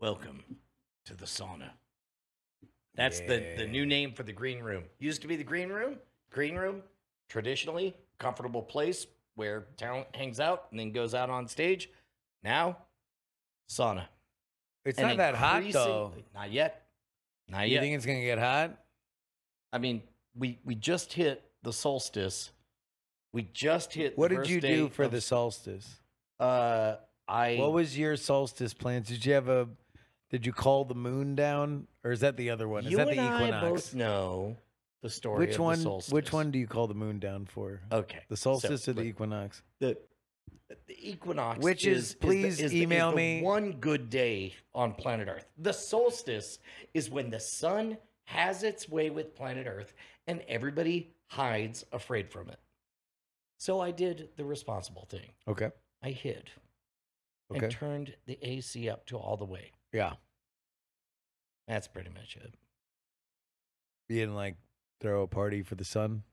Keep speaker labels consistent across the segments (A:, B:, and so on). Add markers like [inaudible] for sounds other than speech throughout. A: Welcome to the sauna. That's the, the new name for the green room. Used to be the green room. Green room, traditionally, comfortable place where talent hangs out and then goes out on stage. Now, sauna.
B: It's
A: And
B: not that hot
A: increasingly-
B: though.
A: Not yet. Not
B: You
A: yet.
B: think it's gonna get hot?
A: I mean, we we just hit the solstice. We just hit. the
B: What did
A: first
B: you
A: day
B: do for
A: of-
B: the solstice?
A: Uh, I
B: What was your solstice plans? Did you have a? Did you call the moon down, or is that the other one? Is
A: you
B: that the
A: and I both
B: equinox?
A: know the story. of
B: Which
A: the
B: one? Which
A: solstice. Uh,
B: one do you call the moon down for?
A: Okay.
B: The solstice or the
A: look,
B: equinox?
A: the the equinox,
B: Which is-
A: is,
B: please
A: the- is the- is
B: email
A: the
B: me.
A: one good day on planet Earth. The solstice is when the sun has its way with planet Earth, and everybody hides afraid from it. So I did the responsible thing.
B: Okay.
A: I hid
B: Okay.
A: and turned the AC up to all the way.
B: Yeah.
A: That's pretty much it.
B: You didn't like throw a party for the sun.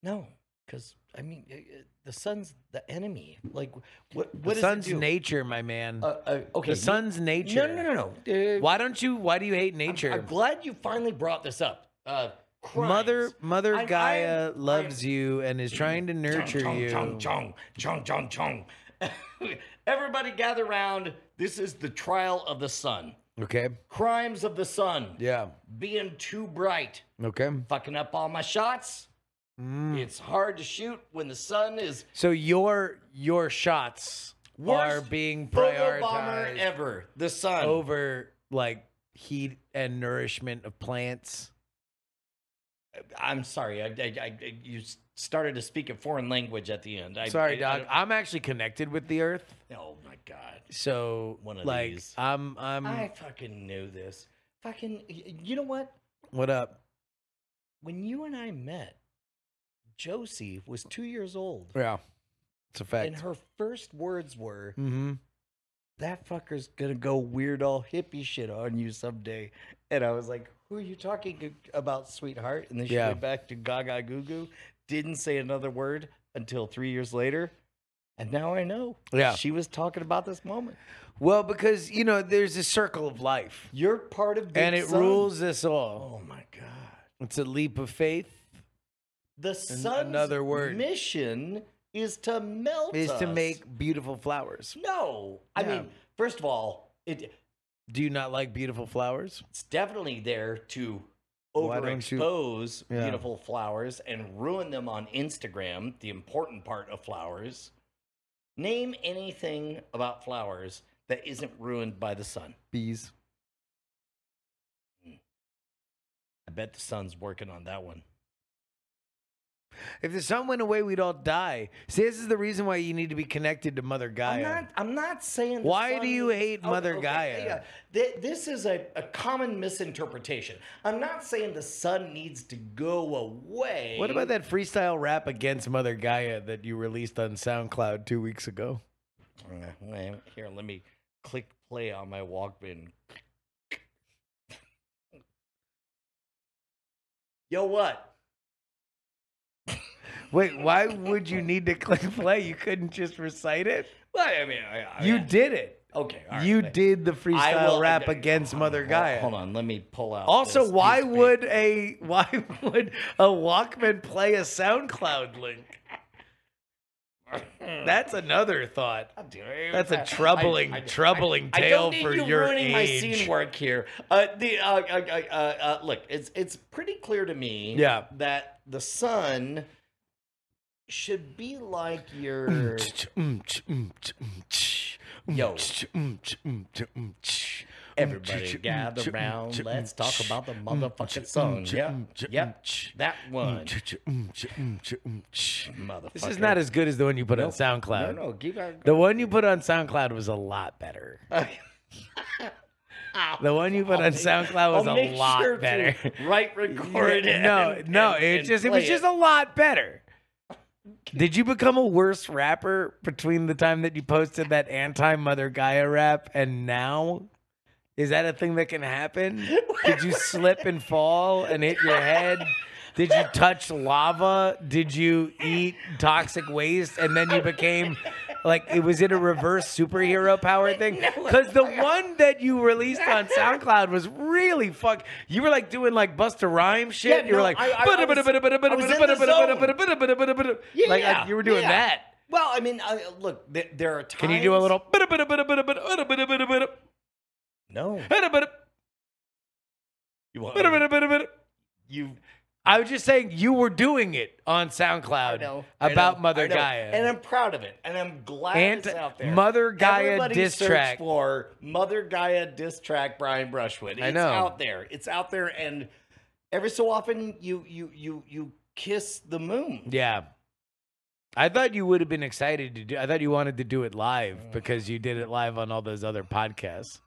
A: No, because I mean, i- i- the sun's the enemy. Like, what?
B: The
A: What
B: sun's
A: does it do?
B: nature, my man.
A: Uh, uh, okay,
B: the
A: you-
B: sun's nature.
A: No, no, no, no. Uh,
B: Why don't you? Why do you hate
A: I'm-
B: nature?
A: I'm, glad you finally brought this up. Uh, crimes.
B: Mother, Mother
A: I- I-
B: Gaia
A: I-
B: loves you and is trying to nurture
A: chong,
B: you.
A: Chong, chong, chong, chong, chong. [laughs] Everybody gather round. This is the trial of the sun.
B: Okay.
A: Crimes of the sun.
B: Yeah.
A: Being too bright.
B: Okay.
A: Fucking up all my shots.
B: Mm.
A: It's hard to shoot when the sun is
B: So your your shots are
A: Worst
B: being
A: Proto bomber
B: prioritized
A: ever. The sun.
B: over like heat and nourishment of plants.
A: I'm sorry. I, I, I, you s- started to speak a foreign language at the end. I,
B: Sorry,
A: I- I
B: Doc.
A: don't-
B: I'm actually connected with the earth.
A: oh my god.
B: So
A: One of
B: like
A: these.
B: I'm I'm
A: I fucking knew this. Fucking. y- You know what?
B: what up?
A: When you and I met, Josie was two years old,
B: Yeah. It's a fact.
A: and her first words were,
B: mm-hmm.
A: "That fucker's gonna go weird all hippie shit on you someday." And I was like, "Who are you talking about, sweetheart?" And then she
B: Yeah.
A: went back to Gaga Goo Goo, didn't say another word until three years later. And now I know.
B: Yeah.
A: She was talking about this moment.
B: Well, because you know, there's a circle of life.
A: You're part of Big
B: and it
A: Sun.
B: rules us all.
A: Oh my God.
B: It's a leap of faith.
A: The
B: An-
A: sun's
B: another word.
A: mission is to melt
B: Is to
A: us.
B: make beautiful flowers.
A: no. I
B: Yeah.
A: mean, first of all, it,
B: Do you not like beautiful flowers?
A: it's definitely there to
B: Why don't you-
A: overexpose
B: Yeah.
A: beautiful flowers and ruin them on Instagram. The important part of flowers. Name anything about flowers that isn't ruined by the sun.
B: Bees.
A: I bet the sun's working on that one.
B: If the sun went away, we'd all die. See, this is the reason why you need to be connected to Mother
A: I'm
B: Gaia.
A: not. I'm not saying. the
B: Why do
A: sun Oh,
B: you
A: needs-
B: hate Mother Gaia?
A: Th- This is a, a common misinterpretation. I'm not saying the sun needs to go away.
B: What about that freestyle rap against Mother Gaia that you released on SoundCloud two weeks ago?
A: Uh, wait, Here, let me click play on my Walkman. Yo, what?
B: Wait, why would you need to [laughs] click play? You couldn't just recite it?
A: Well, I mean, I, I
B: You
A: mean,
B: did it.
A: Okay, Oh, all right,
B: you
A: thank-
B: did the
A: I
B: freestyle
A: will-
B: rap
A: okay,
B: against
A: hold on,
B: Mother
A: hold-
B: Gaia.
A: Hold on, let me pull out.
B: Also,
A: this
B: why
A: piece of paper.
B: would a [laughs] why would a Walkman play a SoundCloud link?
A: Hmm.
B: That's another thought.
A: I'm doing-
B: That's a
A: I-
B: troubling, troubling
A: I
B: tale
A: don't need
B: for
A: you
B: your
A: ruining my
B: age.
A: scene work here. Uh, the uh, uh, uh, uh, uh, look, it's it's pretty clear to me.
B: Yeah.
A: that the sun should be like your Yo. everybody gather round. Let's talk about the motherfucking sun. Yep, yep, that one. Motherfucker.
B: This is not as good as the one you put on SoundCloud.
A: No, no, keep on.
B: [laughs] The one you put on SoundCloud was a lot better. The one you put on SoundCloud was
A: I'll
B: a
A: make
B: lot
A: sure
B: better.
A: To
B: [laughs]
A: right [laughs] record it.
B: no,
A: and-
B: no,
A: and-
B: it
A: and
B: just it
A: play
B: was just a lot better. Did you become a worse rapper between the time that you posted that anti Mother Gaia rap and now? Is that a thing that can happen? Did you slip and fall and hit your head? Did you touch lava? Did you eat toxic waste and then you became Like, it was it a reverse superhero power thing? Because the one that you released on SoundCloud was really fuck. You were like doing like Buster Rhymes shit.
A: Yeah,
B: you were
A: no,
B: like,
A: I- I- I
B: "Bada,
A: was-
B: bada, bada, bada,
A: I was
B: bada,
A: in the
B: bada, bada,
A: zone.
B: bada, bada, bada, bada, bada." Like, like you were doing
A: yeah.
B: that.
A: Well, I mean, I, look, there, there are times.
B: Can you do a little? bada, bada, bada, bada, bada, bada, bada, bada, bada, [laughs]
A: No.
B: bada, bada,
A: You want?
B: bada, bada, bada, bada?
A: You
B: I was just saying you were doing it on SoundCloud
A: I know, I
B: about
A: know, I
B: Mother
A: know.
B: Gaia.
A: and I'm proud of it, and I'm glad
B: Ant-
A: it's out there.
B: Mother Gaia
A: Everybody
B: diss
A: search
B: track.
A: for Mother Gaia diss track Brian Brushwood. It's
B: I know.
A: out there. It's out there, and every so often you you you you kiss the moon.
B: yeah. I thought you would have been excited to do I thought you wanted to do it
A: Mm.
B: live because you did it live on all those other podcasts.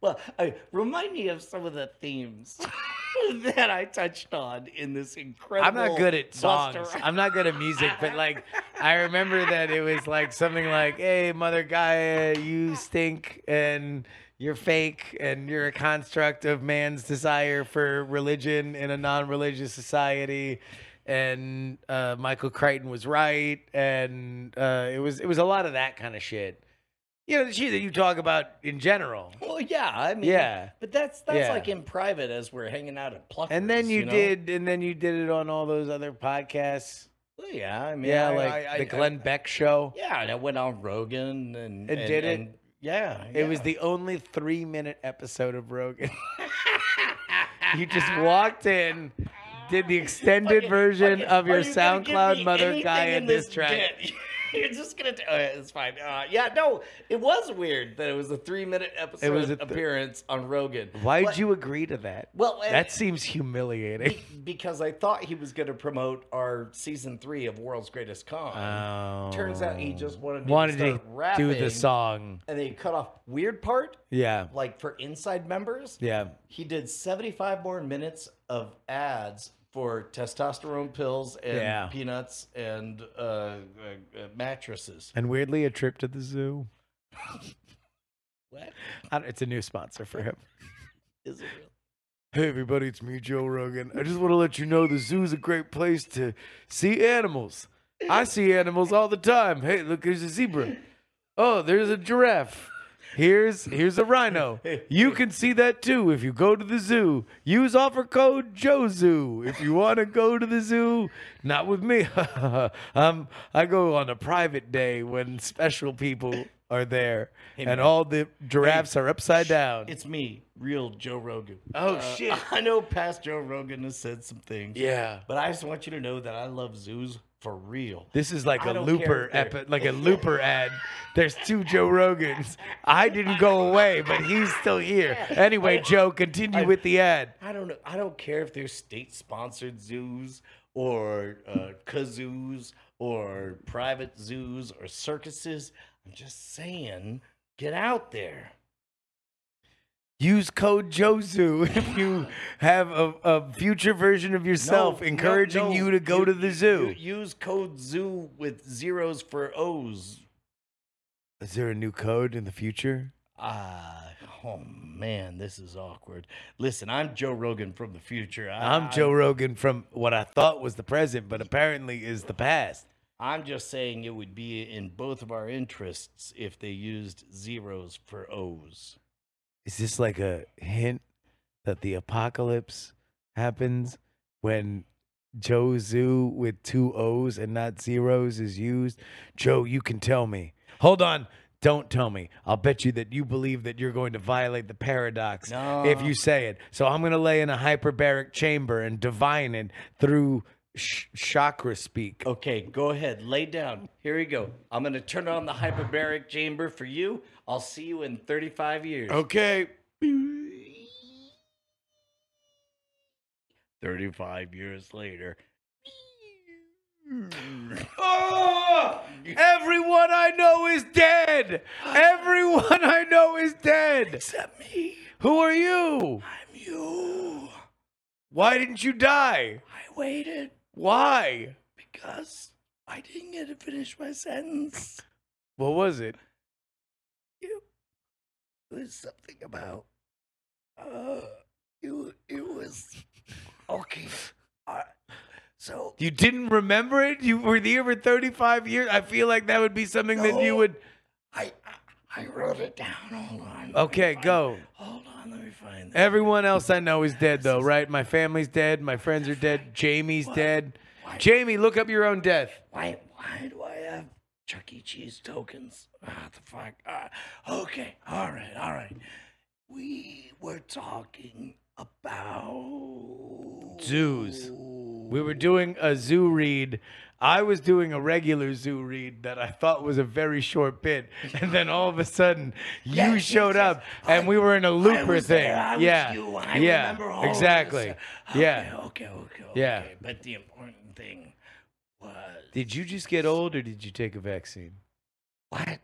A: Well, I, remind me of some of the themes [laughs] that I touched on in this
B: I'm
A: incredible.
B: not good at
A: Buster
B: songs. I'm not good at music, but like I remember that it was like something like, "Hey, Mother Gaia, you stink and you're fake and you're a construct of man's desire for religion in a non-religious society." And uh, Michael Crichton was right, and uh, it was it was a lot of that kind of shit. You know, the shit that you talk about in general.
A: Well, yeah, I mean,
B: Yeah.
A: but that's that's
B: Yeah.
A: like in private as we're hanging out at Pluckers.
B: And then you,
A: know?
B: did, and then you did it on all those other podcasts.
A: Well, yeah, I mean,
B: Yeah,
A: I-
B: like
A: I- I-
B: the Glenn Beck show.
A: Yeah, and I went on Rogan and,
B: And did it?
A: yeah,
B: It was
A: yeah.
B: the only three minute episode
A: [laughs]
B: of Rogan. you just walked in, did the extended
A: Fucking-
B: version
A: fucking-
B: of
A: are
B: your
A: you gonna give
B: SoundCloud
A: me
B: Mother
A: anything
B: Gaia
A: in this
B: diss track.
A: bit? [laughs] You're just gonna. T- uh, it's fine. Uh, yeah, no, it was weird that it was a three minute episode
B: was a th-
A: appearance on Rogan.
B: Why'd
A: But-
B: you agree to that?
A: Well, and-
B: That seems humiliating.
A: be- because I thought he was gonna promote our season three of World's Greatest Con.
B: Uh.
A: Turns out he just wanted me to
B: wanted
A: start
B: do the
A: rapping.
B: song.
A: and they cut off weird part,
B: Yeah.
A: like for inside members.
B: Yeah.
A: He did 75 more minutes of ads for testosterone pills and
B: Yeah.
A: peanuts and uh, uh, uh, mattresses.
B: And weirdly, a trip to the zoo.
A: [laughs] What
B: I don't- it's a new sponsor for him.
A: is it real?
B: Hey everybody, it's me, Joe Rogan. I just want to let you know the zoo's a great place to see animals. I see animals all the time. Hey, look, there's a zebra. Oh, there's a giraffe. Here's here's a rhino. You can see that too if you go to the zoo. Use offer code JOZOO if you want to go to the zoo. Not with me. [laughs] um, I go on a private day when special people are there, and all the giraffes are upside down.
A: It's me, real Joe Rogan.
B: Oh,
A: Uh, [laughs]
B: shit.
A: I know past Joe Rogan has said some things.
B: yeah.
A: But I just want you to know that I love zoos for real.
B: This is like
A: I
B: a
A: don't
B: looper
A: care if they're-
B: epi- like a looper ad. There's two Joe Rogans. I didn't go away, but he's still here. Anyway, Joe, continue with the ad.
A: I don't know. I don't care if they're state sponsored zoos or uh, kazoos or private zoos or circuses. I'm just saying, get out there.
B: Use code JOZOO [laughs] if you have a, a future version of yourself
A: No, no,
B: encouraging
A: no,
B: you to go to the zoo.
A: you use code zoo with zeros for O's.
B: Is there a new code in the future?
A: Ah, oh man, this is awkward. Listen, I'm Joe Rogan from the future. I,
B: I'm Joe Rogan from what I thought was the present, but apparently is the past.
A: I'm just saying it would be in both of our interests if they used zeros for O's.
B: Is this like a hint that the apocalypse happens when Joe Zoo with two O's and not zeros is used? Joe, you can tell me. Hold on. Don't tell me. I'll bet you that you believe that you're going to violate the paradox if you say it. So I'm going to lay in a hyperbaric chamber and divine it through sh- chakra speak.
A: Okay, go ahead. Lay down. Here we go. I'm going to turn on the hyperbaric chamber for you. I'll see you in 35 years.
B: [laughs] Okay.
A: 35 years later. Ah!
B: Oh, everyone I know is dead. Everyone I know is dead.
A: Except me.
B: Who are you?
A: I'm you.
B: Why didn't you die?
A: I waited
B: Why?
A: because I didn't get to finish my sentence.
B: What was it?
A: You. It was something about. Uh, it, wa- it was. Okay. I, So
B: You didn't remember it? You were there for 35 years? I feel like that would be something that you
A: No.
B: would.
A: I I I wrote it down. Hold on. let me
B: Okay,
A: find-
B: go.
A: Hold on, let me find that.
B: Everyone else I know is dead, though, right? My family's dead. My friends are dead. Jamie's dead. Jamie, look up your own death.
A: Why why do I have Chuck E. Cheese tokens? Ah, the fuck. Ah, okay, all right, all right. We were talking about
B: Zoos. We were doing a zoo read. I was doing a regular zoo read that I thought was a very short bit, and then all of a sudden you
A: Yes, yes,
B: showed
A: yes.
B: up, and
A: I-
B: we were in a
A: I
B: looper
A: was
B: thing.
A: there, I was
B: yeah,
A: you, I
B: yeah,
A: remember all of this.
B: exactly.
A: Okay,
B: Yeah.
A: Okay, okay, okay.
B: Yeah.
A: But the important thing was
B: Did you just get old, or did you take a vaccine?
A: what? I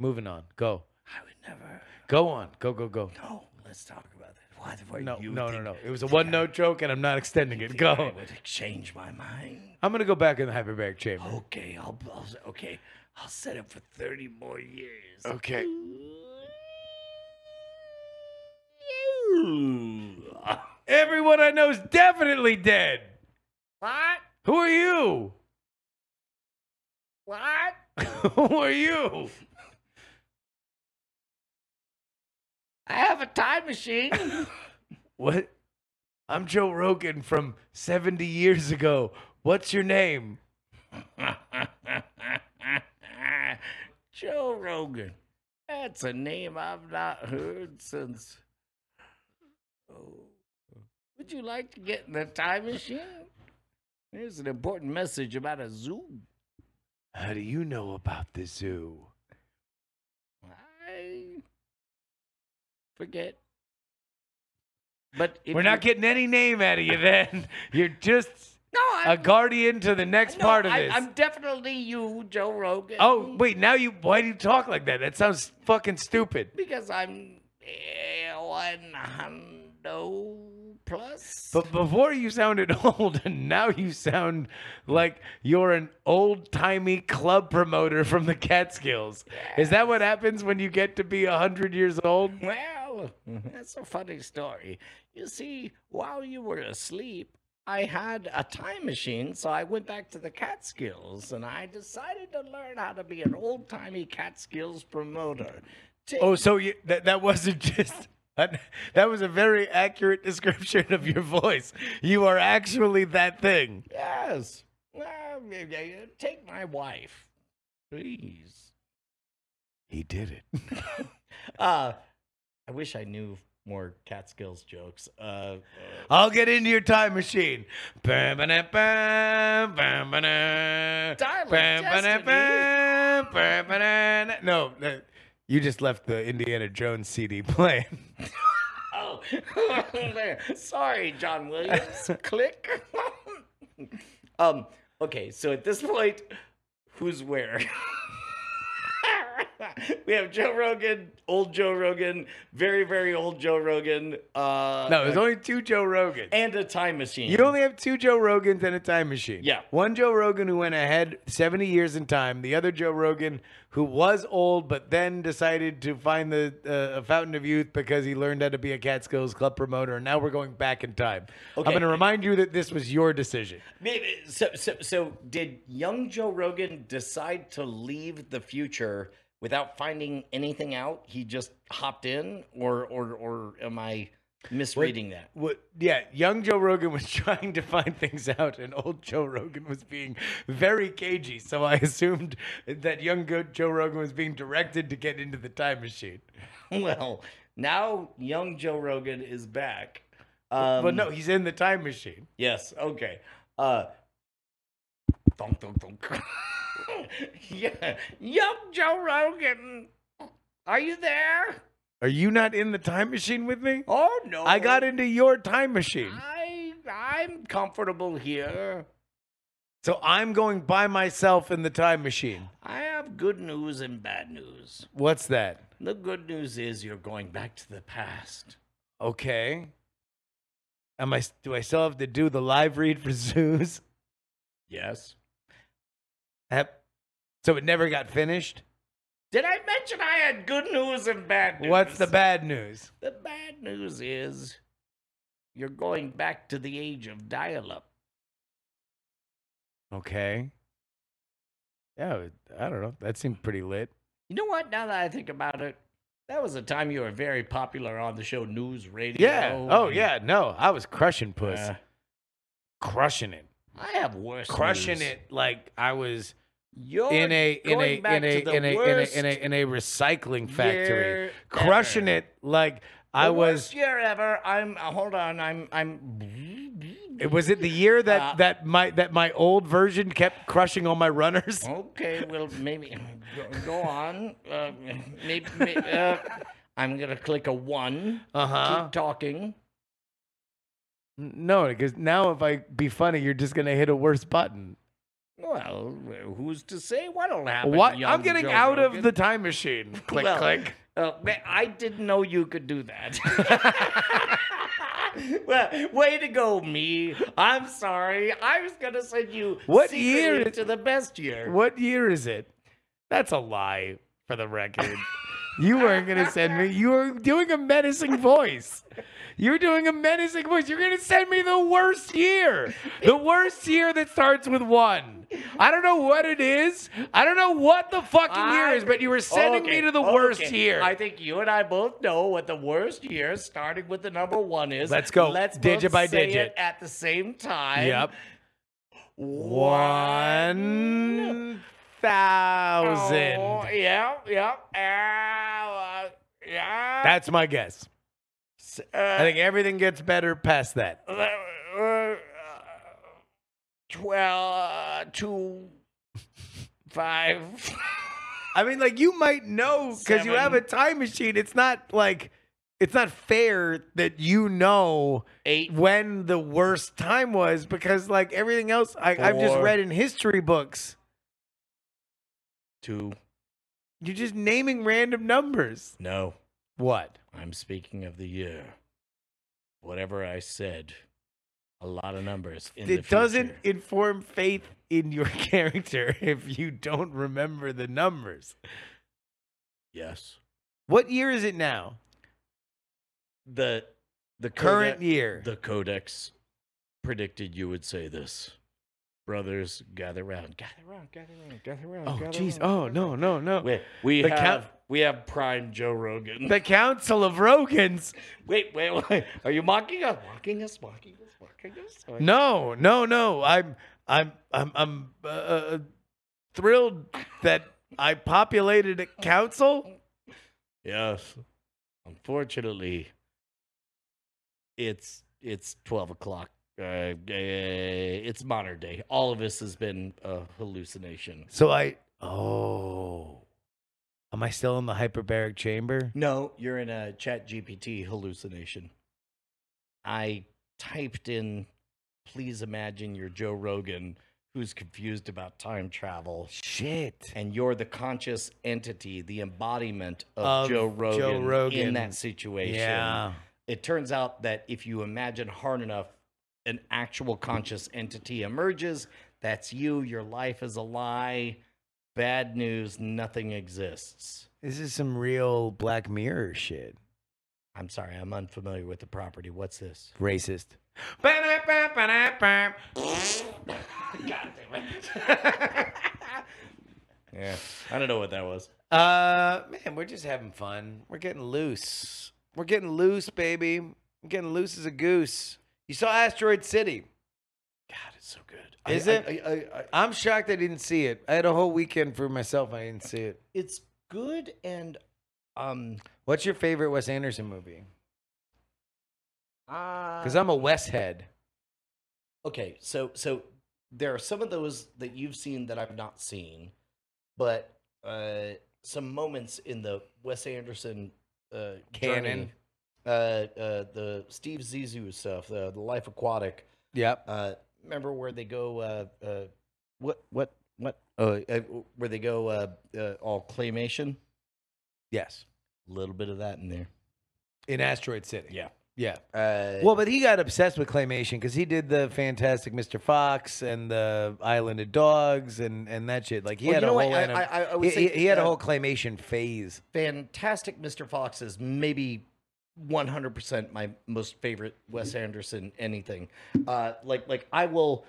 B: Moving on. Go.
A: would never.
B: Go on. Go. Go. Go.
A: No, let's talk about that. Why the fuck
B: No,
A: you
B: no, no,
A: think-
B: no. It was a
A: think
B: one
A: I-
B: note joke, and I'm not extending it.
A: think
B: Go.
A: I would change my mind.
B: I'm gonna go back in the hyperbaric chamber.
A: Okay, I'll, I'll s- okay, I'll set it for thirty more years.
B: Okay.
A: What?
B: Everyone I know is definitely dead.
A: [laughs] What?
B: Who are you? [laughs] Who are you?
A: I have a time machine. [laughs]
B: What? I'm Joe Rogan from 70 years ago. What's your name?
A: [laughs] Joe Rogan. That's a name I've not heard since. Oh. Would you like to get in the time machine? Here's an important message about a zoo.
B: How do you know about the zoo?
A: I forget. But if
B: We're not
A: you-
B: getting any name out of you then. [laughs] You're just
A: No,
B: a
A: I'm,
B: guardian to the next
A: no,
B: part of
A: I,
B: this.
A: I'm definitely you, Joe Rogan.
B: oh, wait, now you. Why do you talk like that? That sounds fucking stupid.
A: because I'm eh, one hundo plus.
B: But before you sounded [laughs] old, and now you sound like you're an old timey club promoter from the Catskills. Is that what happens when you get to be 100 years old?
A: well,
B: Mm-hmm.
A: that's a funny story. You see, while you were asleep, I had a time machine, so I went back to the Catskills and I decided to learn how to be an old timey Catskills promoter. Take
B: Oh, so you, that that wasn't [laughs] just that, that was a very accurate description of your voice. You are actually that thing.
A: Yes. Well, y- y- y- take my wife, please.
B: He did it.
A: Uh, I wish I knew more Catskills jokes. Uh,
B: [laughs] I'll get into your time machine. Bam, ba-da, bam, bam, ba-da,
A: Darling
B: bam, ba-da,
A: Destiny.
B: bam, bam, ba-da. No, no, you just left the Indiana Jones CD playing. [laughs]
A: oh, [laughs] there. sorry, John
B: [laughs]
A: Williams. Click. [laughs] um. Okay, so at this point, who's where? [laughs] we have Joe Rogan, old Joe Rogan, very very old Joe Rogan. Uh,
B: No, there's only two Joe Rogans.
A: and a time machine.
B: You only have two Joe Rogans and a time machine.
A: Yeah.
B: One Joe Rogan who went ahead 70 years in time. The other Joe Rogan who was old but then decided to find the uh, a fountain of youth because he learned how to be a Catskills club promoter. And now we're going back in time. I'm
A: Okay.
B: going to remind you that this was your decision.
A: Maybe- So, so, so did young Joe Rogan decide to leave the future without finding anything out? He just hopped in, or, or, or am I misreading that? [laughs]
B: What, yeah, young Joe Rogan was [laughs] trying to find things out, and old Joe Rogan was being very cagey. So I assumed that young go- Joe Rogan was being directed to get into the time machine.
A: Well, now young Joe Rogan is back. Um,
B: but no, he's in the time machine.
A: Yes. Okay. Uh, thunk, thunk, thunk. [laughs] yeah. Young Joe Rogan, are you there?
B: Are you not in the time machine with me?
A: Oh no!
B: I got into your time machine.
A: I I'm comfortable here.
B: So I'm going by myself in the time machine.
A: I have good news and bad news.
B: What's that?
A: The good news is you're going back to the past.
B: Okay. Am I do I still have to do the live read for [laughs] zoos?
A: Yes.
B: Hap- So it never got finished?
A: Did I mention I had good news and bad news?
B: What's the bad news?
A: The bad news is you're going back to the age of dial up.
B: Okay. Yeah, I don't know. That seemed pretty lit.
A: You know what? Now that I think about it, that was a time you were very popular on the show News Radio.
B: Yeah. Oh
A: and,
B: yeah. No, I was crushing puss,
A: uh,
B: crushing it,
A: I have worse.
B: crushing
A: news.
B: it. Like I was
A: You're
B: in a in a
A: going back
B: in a
A: to the
B: in a, in a in a
A: worst
B: in a recycling factory,
A: year
B: crushing
A: ever.
B: it. Like
A: The
B: I
A: worst
B: was.
A: year ever. I'm uh, hold on. I'm I'm.
B: It was it the year that
A: Uh,
B: that my that my old version kept crushing all my runners. [laughs]
A: Okay, well maybe go, go on. Uh, maybe, uh, I'm gonna click a one.
B: Uh huh.
A: Keep talking.
B: No, because now if I be funny, you're just gonna hit a worse button.
A: Well, who's to say what'll happen?
B: What?
A: young
B: I'm getting
A: Joe
B: out of
A: Rogan?
B: the [laughs] time machine. Click
A: Well,
B: click.
A: Uh, ma- I didn't know you could do that. [laughs]
B: [laughs]
A: well, way to go, me. I'm sorry. I was gonna send you
B: What
A: secretly
B: year is-
A: to the best year.
B: What year is it? That's a lie for the record. you weren't going to send me. You were doing a menacing voice. You were doing a menacing voice. You're going to send me the worst year. The worst year that starts with one. I don't know what it is. I don't know what the fucking year
A: I-
B: is, but you were sending
A: Okay,
B: me to the worst
A: okay.
B: year.
A: I think you and I both know what the worst year, starting with the number one, is.
B: Let's go,
A: Let's
B: digit
A: both
B: by
A: say
B: digit.
A: it at the same time.
B: yep.
A: One
B: One thousand.
A: Oh, yep. Yep. Ah, uh, yeah. Uh,
B: That's my guess.
A: That's.
B: I think everything gets better past that.
A: uh, twelve uh, two five. [laughs]
B: I mean, like you might know because you have a
A: Seven.
B: time machine. It's not like it's not fair that you know
A: Eight.
B: when the worst time was because like everything else I, I've just
A: Four.
B: read in history books.
A: Two.
B: You're just naming random numbers.
A: No.
B: What?
A: I'm speaking of the year. Whatever I said, a lot of numbers. In the
B: it doesn't
A: future.
B: inform faith in your [laughs] character if you don't remember the numbers.
A: Yes.
B: What year is it now?
A: The the
B: Current
A: codex,
B: year.
A: the codex predicted you would say this. Brothers, gather round, gather round, gather round, gather round.
B: oh,
A: gather
B: jeez.
A: round,
B: Oh,
A: gather
B: no,
A: round.
B: no, no.
A: We, we
B: The
A: have
B: count-
A: we have prime Joe Rogan.
B: The Council of Rogans.
A: wait, wait, wait. Are you mocking us? Mocking us? Mocking us? Mocking us?
B: No, no, no. I'm, I'm, I'm, I'm uh, uh, thrilled that I populated a council.
A: Yes. Unfortunately, it's it's twelve o'clock. Uh, eh, it's modern day. All of this has been a hallucination.
B: So I. Oh, am I still in the hyperbaric chamber?
A: No, you're in a Chat GPT hallucination. I typed in, "Please imagine you're Joe Rogan, who's confused about time travel."
B: Shit.
A: And you're the conscious entity, the embodiment of,
B: Of
A: Joe,
B: Joe
A: Rogan
B: Rogan.
A: in that situation.
B: Yeah.
A: it turns out that if you imagine hard enough, an actual conscious entity emerges. That's you. Your life is a lie. Bad news. Nothing exists.
B: This is some real Black Mirror shit.
A: I'm sorry. I'm unfamiliar with the property. What's this?
B: Racist.
A: God damn it. yeah. I don't know what that was.
B: Uh, man, we're just having fun. We're getting loose. We're getting loose, baby. I'm getting loose as a goose. You saw Asteroid City.
A: God, it's so good.
B: Is
A: I-
B: it?
A: I- I- I-
B: I'm shocked I didn't see it. I had a whole weekend for myself. I didn't see it.
A: it's good and um.
B: What's your favorite Wes Anderson movie? Because
A: Because
B: I'm a Wes head.
A: Okay, so so there are some of those that you've seen that I've not seen, but uh, some moments in the Wes Anderson uh,
B: Canon.
A: journey, uh, uh, the Steve Zissou stuff, uh, the, the Life Aquatic.
B: Yep.
A: Uh, remember where they go? Uh, uh, what what what? Uh, uh, where they go? Uh, uh, all claymation.
B: Yes.
A: A little bit of that in there.
B: In Asteroid City.
A: Yeah.
B: Yeah.
A: Uh,
B: Well, but he got obsessed with claymation because he did the Fantastic Mr. Fox and the Island of Dogs and, and that shit. Like he
A: Well,
B: had
A: you
B: a
A: know
B: whole
A: what? I-
B: anim-
A: I- I- I would
B: he,
A: say,
B: he- he had a
A: uh,
B: whole claymation phase.
A: Fantastic Mr. Fox is maybe 100% my most favorite Wes Anderson anything. Uh, like like I will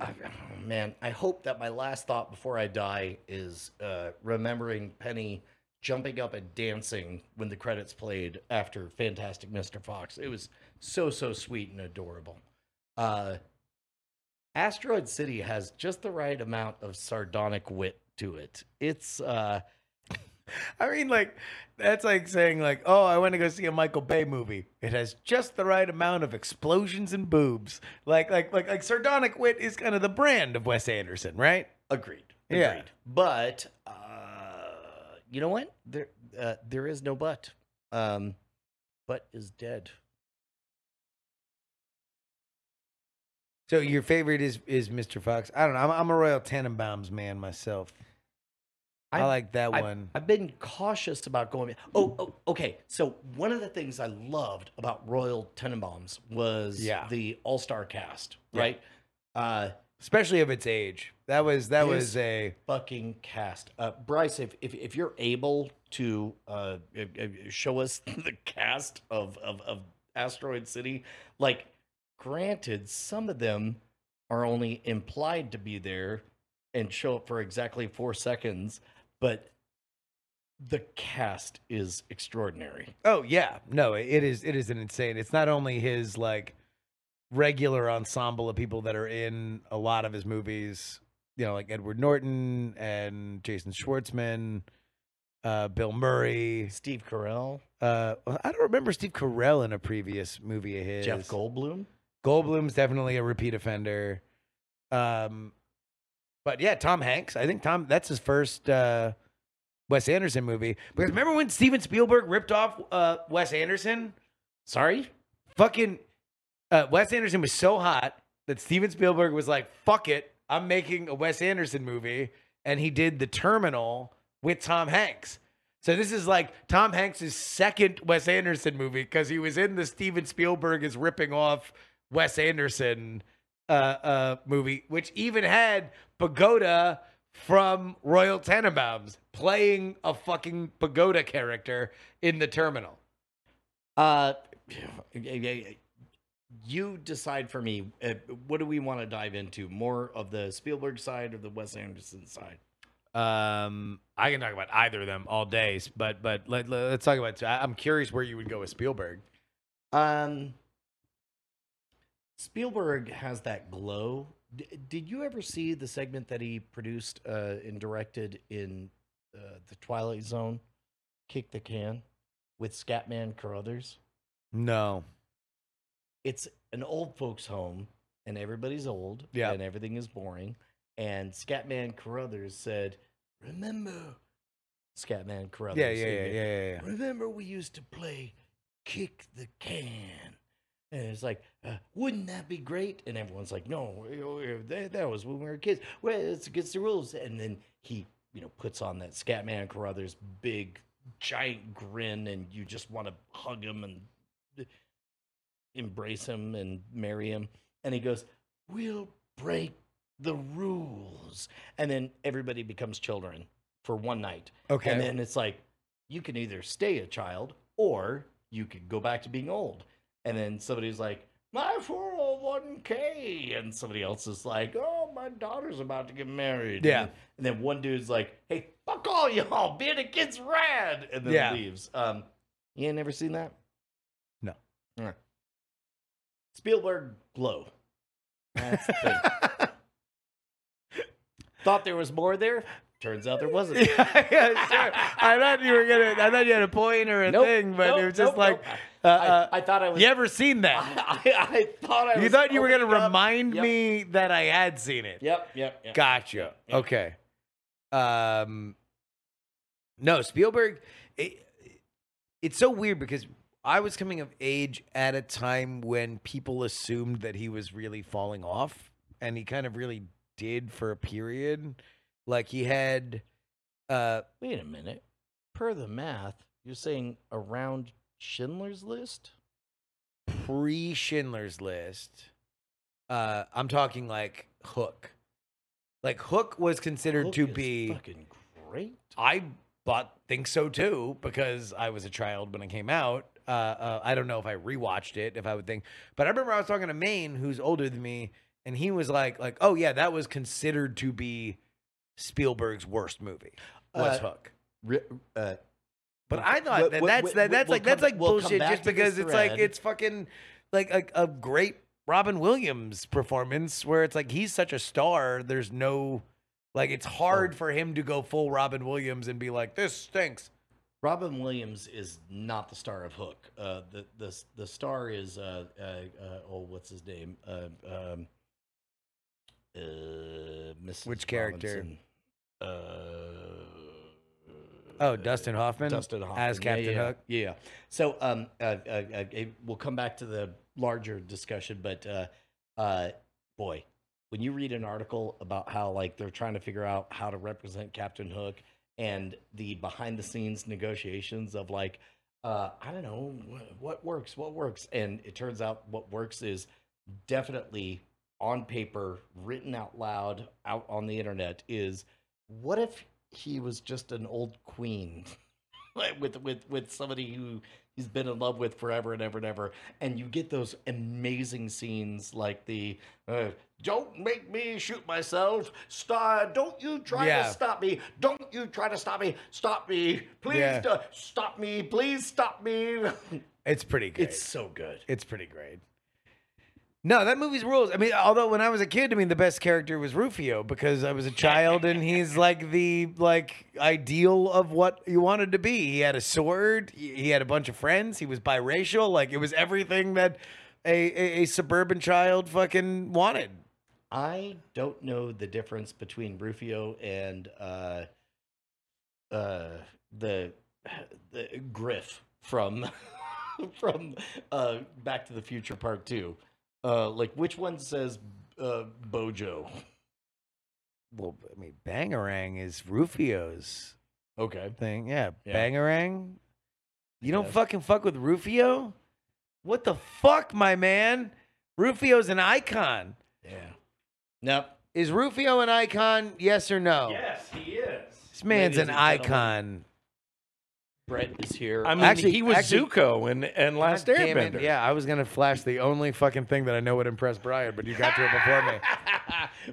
A: I- oh, man, I hope that my last thought before I die is uh, remembering Penny jumping up and dancing when the credits played after Fantastic Mr. Fox. It was so, so sweet and adorable. Uh, Asteroid City has just the right amount of sardonic wit to it. It's, uh,
B: [laughs] I mean, like, that's like saying, like, oh, I want to go see a Michael Bay movie. It has just the right amount of explosions and boobs. Like, like, like, like, sardonic wit is kind of the brand of Wes Anderson, right?
A: agreed. Agreed.
B: Yeah.
A: But, uh, you know what? There, uh, there is no but. Um, but is dead.
B: So your favorite is is Mr. Fox. I don't know. I'm, I'm a Royal Tenenbaums man myself. I,
A: I-
B: like that
A: I-
B: one.
A: I've been cautious about going. Oh, oh, okay. So one of the things I loved about Royal Tenenbaums was
B: Yeah.
A: the all star cast,
B: Yeah.
A: right? Uh,
B: Especially of its age. That was that
A: This-
B: was a
A: fucking cast. Uh, Bryce, if, if if you're able to uh, uh, uh, show us [laughs] the cast of, of of Asteroid City, like, granted, some of them are only implied to be there and show up for exactly four seconds, but the cast is extraordinary.
B: Oh yeah. No, it- it is it is an insane. It's not only his like regular ensemble of people that are in a lot of his movies, you know, like Edward Norton and Jason Schwartzman, uh Bill Murray.
A: Steve Carell,
B: Uh I don't remember Steve Carell in a previous movie of his.
A: Jeff Goldblum.
B: Goldblum's definitely a repeat offender. Um, but yeah, Tom Hanks. I think Tom that's his first uh, Wes Anderson movie. Because remember when Steven Spielberg ripped off uh, Wes Anderson?
A: Sorry,
B: Fucking uh, Wes Anderson was so hot that Steven Spielberg was like, "Fuck it, I'm making a Wes Anderson movie," and he did The Terminal with Tom Hanks. So this is like Tom Hanks' second Wes Anderson movie because he was in the Steven Spielberg is ripping off Wes Anderson uh, uh, movie, which even had Pagoda from Royal Tenenbaums playing a fucking Pagoda character in The Terminal.
A: Uh, you decide for me. Uh, what do we want to dive into? More of the Spielberg side or the Wes Anderson side?
B: Um, I can talk about either of them all day, but but let, let, us talk about. I, I'm curious where you would go with Spielberg.
A: Um, Spielberg has that glow. D- did you ever see the segment that he produced uh, and directed in uh, the Twilight Zone, "Kick the Can," with Scatman Carruthers?
B: No,
A: it's an old folks home and everybody's old
B: Yeah.
A: and everything is boring and scatman carruthers said remember scatman carruthers
B: yeah, yeah,
A: he
B: yeah,
A: did,
B: yeah, yeah, yeah.
A: remember we used to play kick the can and it's like uh, wouldn't that be great and everyone's like no you know, that, that was when we were kids well it's against the rules and then he you know puts on that scatman carruthers big giant grin and you just want to hug him and embrace him and marry him. And he goes, We'll break the rules. And then everybody becomes children for one night.
B: Okay,
A: And then it's like, you can either stay a child or you could go back to being old. And then somebody's like, my 401k. And somebody else is like, oh, my daughter's about to get married.
B: Yeah.
A: And, and then one dude's like, hey, fuck all y'all. Being a kid's rad. And then
B: Yeah.
A: leaves. Um, you ain't never seen that?
B: No.
A: Mm. Spielberg glow. That's the thing.
B: [laughs]
A: Thought there was more there. Turns out there wasn't.
B: [laughs] yeah, yeah, sure. I thought you were gonna. I thought you had a point or a
A: Nope,
B: thing, but it
A: nope,
B: was just
A: nope,
B: like,
A: nope.
B: uh,
A: I,
B: uh,
A: I thought I was.
B: you ever seen that? [laughs]
A: I, [laughs] I, I thought I.
B: you
A: was
B: thought you were
A: pulling
B: gonna
A: it up.
B: remind
A: Yep.
B: me that I had seen it.
A: Yep, yep, yep.
B: Gotcha.
A: [laughs] Yeah.
B: Okay. Um No, Spielberg it, it's so weird because I was coming of age at a time when people assumed that he was really falling off and he kind of really did for a period. Like he had uh
A: Wait a minute. Per the math, you're saying around Schindler's List.
B: pre Schindler's List. Uh I'm talking like Hook. Like Hook was considered
A: Hook
B: to
A: is
B: be
A: fucking great.
B: I but think so too because I was a child when it came out. Uh, uh, I don't know if I rewatched it, if I would think, but I remember I was talking to Maine, who's older than me, and he was like, like, oh yeah, that was considered to be Spielberg's worst movie. Was
A: Uh,
B: Hook.
A: Re- uh,
B: But
A: we'll-
B: I thought
A: we'll-
B: that
A: we'll-
B: that's
A: we'll-
B: that, that's
A: we'll
B: like that's
A: come-
B: like
A: we'll come
B: bullshit
A: back
B: just
A: to this
B: because it's like
A: thread.
B: it's fucking like a, a great Robin Williams performance where it's like he's such a star. There's no like it's
A: Oh.
B: hard for him to go full Robin Williams and be like this stinks.
A: Robin Williams is not the star of Hook. Uh, the the the star is uh, uh, uh, oh what's his name? Uh, um, uh, Mrs.
B: Which character?
A: Robinson. Uh,
B: Oh, Dustin Hoffman.
A: Dustin Hoffman
B: as
A: Yeah,
B: Captain
A: yeah,
B: Hook.
A: Yeah. So um, uh, uh, uh, it- we'll come back to the larger discussion, but uh, uh, boy, when you read an article about how like they're trying to figure out how to represent Captain Hook and the behind the scenes negotiations of like, uh, I don't know wh- what works, what works, and it turns out what works is definitely on paper, written out loud, out on the internet is what if he was just an old queen [laughs] like, with with with somebody who he's been in love with forever and ever and ever and you get those amazing scenes like the uh, don't make me shoot myself stop don't you try
B: Yeah.
A: to stop me don't you try to stop me stop me please
B: Yeah.
A: do- stop me please stop me [laughs]
B: It's pretty good.
A: it's so good
B: It's pretty great. No, that movie's rules. I mean, although when I was a kid, I mean, the best character was Rufio because I was a child
A: [laughs]
B: and he's like the like ideal of what you wanted to be. He had a sword. He he had a bunch of friends. He was biracial. Like it was everything that a a, a suburban child fucking wanted.
A: I don't know the difference between Rufio and uh, uh, the [sighs] the Griff from [laughs] from uh, Back to the Future Part Two. Uh, like, which one says uh, Bojo? [laughs]
B: Well, I mean, Bangarang is Rufio's
A: Okay,
B: thing. Yeah,
A: Yeah.
B: Bangarang. You don't
A: guess.
B: fucking fuck with Rufio. What the fuck, my man? Rufio's an icon.
A: yeah, nope.
B: Is Rufio an icon? Yes or no?
C: Yes, he is.
B: This man's
A: Ladies
B: an
A: and gentlemen,
B: icon.
A: Brett is here.
C: I mean,
B: Actually-
C: he was
B: actually-
C: Zuko and and Last
B: God damn it.
C: Airbender.
B: Yeah, I was gonna flash the only fucking thing that I know would impress Brian, but you got to it
A: [laughs]
B: before me.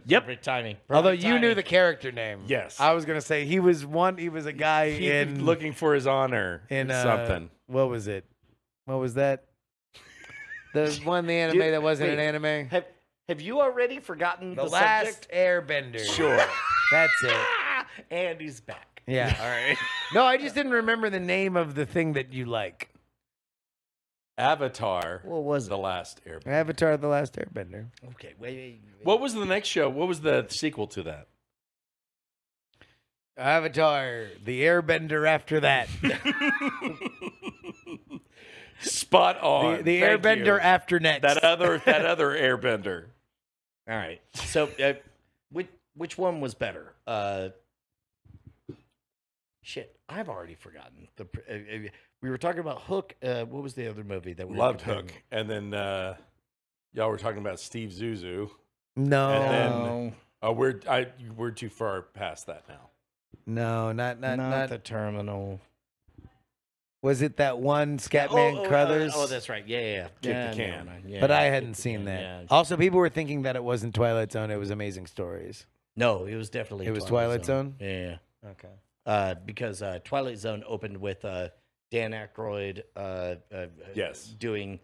C: Yep.
A: Perfect timing.
B: Although
A: Perfect
B: you knew
A: timing.
B: the character name.
C: Yes.
B: I was gonna say he was one. He was a guy
C: He
B: in
C: looking for his honor
B: in
C: in
B: uh,
C: something.
B: What was it? What was
A: [laughs]
B: that? The one the anime
A: Dude,
B: that wasn't
A: wait.
B: an anime.
A: have have you already forgotten
B: The,
A: the,
B: Last
A: subject?
B: Airbender.
C: Sure.
B: That's it.
A: Ah, and he's back.
B: Yeah.
C: All right.
B: No, I just didn't remember the name of the thing that you like.
C: [laughs] Avatar.
B: What was
C: The last Airbender.
B: Avatar: The Last Airbender.
A: Okay, wait, wait, wait.
C: What was the next show? What was the sequel to that?
B: Avatar, the Airbender. After [laughs] that,
C: Spot
B: the,
C: on.
B: the
C: Thank
B: Airbender
C: you.
B: after next.
C: that other that other Airbender.
A: All right. So, uh, which which one was better? Uh, shit, I've already forgotten. The pr- uh, uh, we were talking about Hook. Uh, what was the other movie that we were
C: [laughs] Loved
A: comparing?
C: Hook, and then uh, y'all were talking about Steve Zuzu.
B: no,
C: And then-
A: No,
C: Uh, we're I we're too far past that now.
B: no, not not
A: not,
B: not.
A: the Terminal.
B: was it that one Scatman
A: oh,
B: Crothers?
A: Oh, that's right. Yeah, yeah. yeah.
C: the
A: yeah, never
C: can.
A: mind. Yeah,
B: but I
A: yeah,
B: hadn't
A: kick the
B: seen
A: can,
B: that.
A: yeah. Oh,
B: Also, people were thinking that it wasn't Twilight Zone. It was Amazing Stories.
A: No, it was definitely.
B: It was Twilight Zone?
A: Yeah.
B: Okay.
A: uh, because uh, Twilight Zone opened with uh, Dan Aykroyd. Uh, uh, uh,
C: Yes.
A: doing.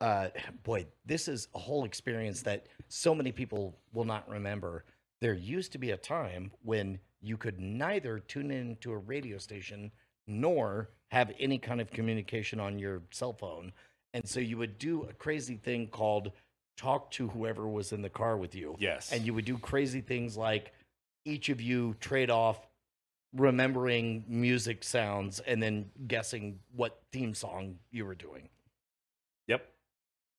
A: Uh, boy, this is a whole experience that so many people will not remember. There used to be a time when you could neither tune in to a radio station nor have any kind of communication on your cell phone, and so you would do a crazy thing called talk to whoever was in the car with you.
C: Yes,
A: And you would do crazy things like each of you trade off remembering music sounds and then guessing what theme song you were doing.
C: Yep.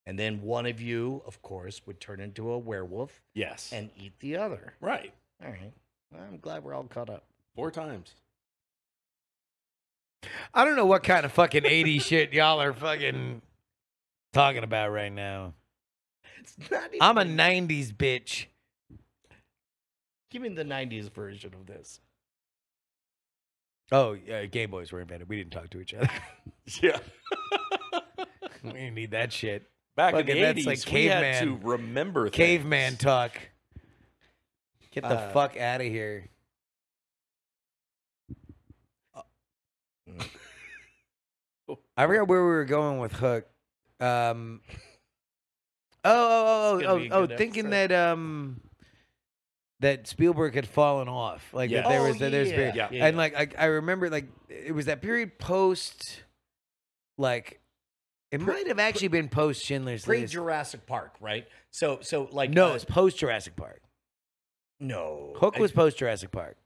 A: And then one of you, of course, would turn into a werewolf
C: Yes.
A: and eat the other.
C: right.
A: All right. Well, I'm glad we're all caught up.
C: Four times.
B: I don't know what kind of fucking 80s shit y'all are fucking talking about right now.
A: It's not even,
B: [laughs] I'm a 90s bitch.
A: give me the 90s version of this.
B: Oh, yeah,
A: [laughs]
B: gay boys were invented. We didn't talk to each other.
C: Yeah.
B: we didn't need that shit.
C: Back in
B: Fucking
C: the
B: that's like
C: eighties, we had to
B: caveman-
C: remember things.
B: Caveman talk. Get the
A: Uh,
B: fuck out of here.
A: Uh, mm. [laughs]
B: I forgot where we were going with Hook. Um, oh, oh, oh,
A: It's gonna
B: oh,
A: be a
B: oh,
A: good
B: oh thinking
A: episode.
B: that um, that Spielberg had fallen off. Like
C: Yeah.
B: that there
A: Oh,
B: was that there's
A: yeah.
B: been-
C: Yeah.
B: and like I, I remember like it was that period post, like it
A: Pre-
B: might have actually been post Schindler's
A: pre
B: List.
A: Jurassic Park, right? So so like
B: no,
A: uh,
B: it's post Jurassic Park.
A: no
B: Hook
A: I-
B: was post Jurassic Park.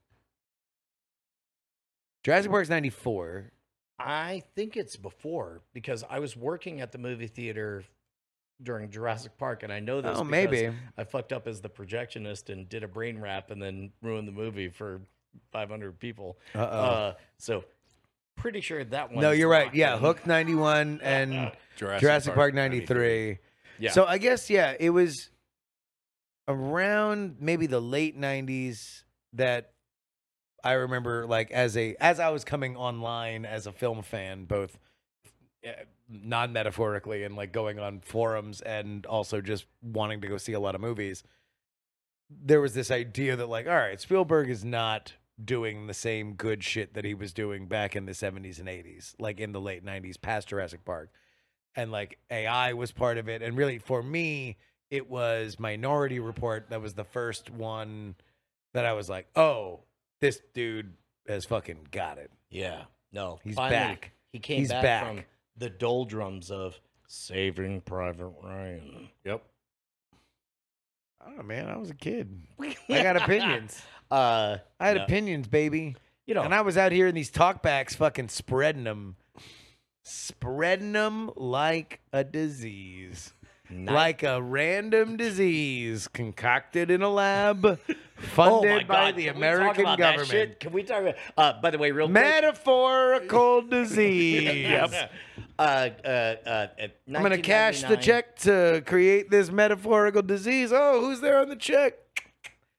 B: Jurassic Park's ninety four.
A: I think it's before because I was working at the movie theater during Jurassic Park, and I know this.
B: Oh,
A: because
B: maybe.
A: I fucked up as the projectionist and did a brain wrap, and then ruined the movie for 500 people.
B: Uh-oh.
A: Uh, so pretty sure that one.
B: Oh. no,
A: is
B: you're right.
A: locked
B: Yeah,
A: in.
B: Hook ninety one
A: [laughs]
B: and.
C: Jurassic,
B: Jurassic Park, 93.
A: Yeah.
B: So I guess, yeah, it was around maybe the late 90s that I remember, like, as a, as I was coming online as a film fan, both non metaphorically and like going on forums and also just wanting to go see a lot of movies, there was this idea that, like, all right, Spielberg is not doing the same good shit that he was doing back in the 70s and 80s, like in the late 90s, past Jurassic Park and like AI was part of it. And really, for me, it was Minority Report that was the first one that I was like, oh, this dude has fucking got it.
A: Yeah. No.
B: He's
A: finally,
B: back.
A: He came
B: He's
A: back,
B: back.
A: from the doldrums of Saving Private Ryan.
C: Yep.
B: Oh man, I was a kid. I got opinions. [laughs]
A: Uh,
B: I had
A: No.
B: opinions, baby.
A: [laughs] you know,
B: And I was out here in these talkbacks, fucking spreading them, spreading them like a disease.
A: not-
B: like a random disease concocted in a
A: [laughs]
B: lab
A: Oh
B: funded
A: my
B: by
A: God,
B: the
A: can we talk
B: American
A: about that
B: government.
A: shit? Can we talk about? Uh, by the way, real quick. [laughs]
B: Metaphorical disease.
A: Uh, uh, uh, at
B: I'm going to cash the
A: 1999,
B: check to create this metaphorical disease. Oh, who's there on the check?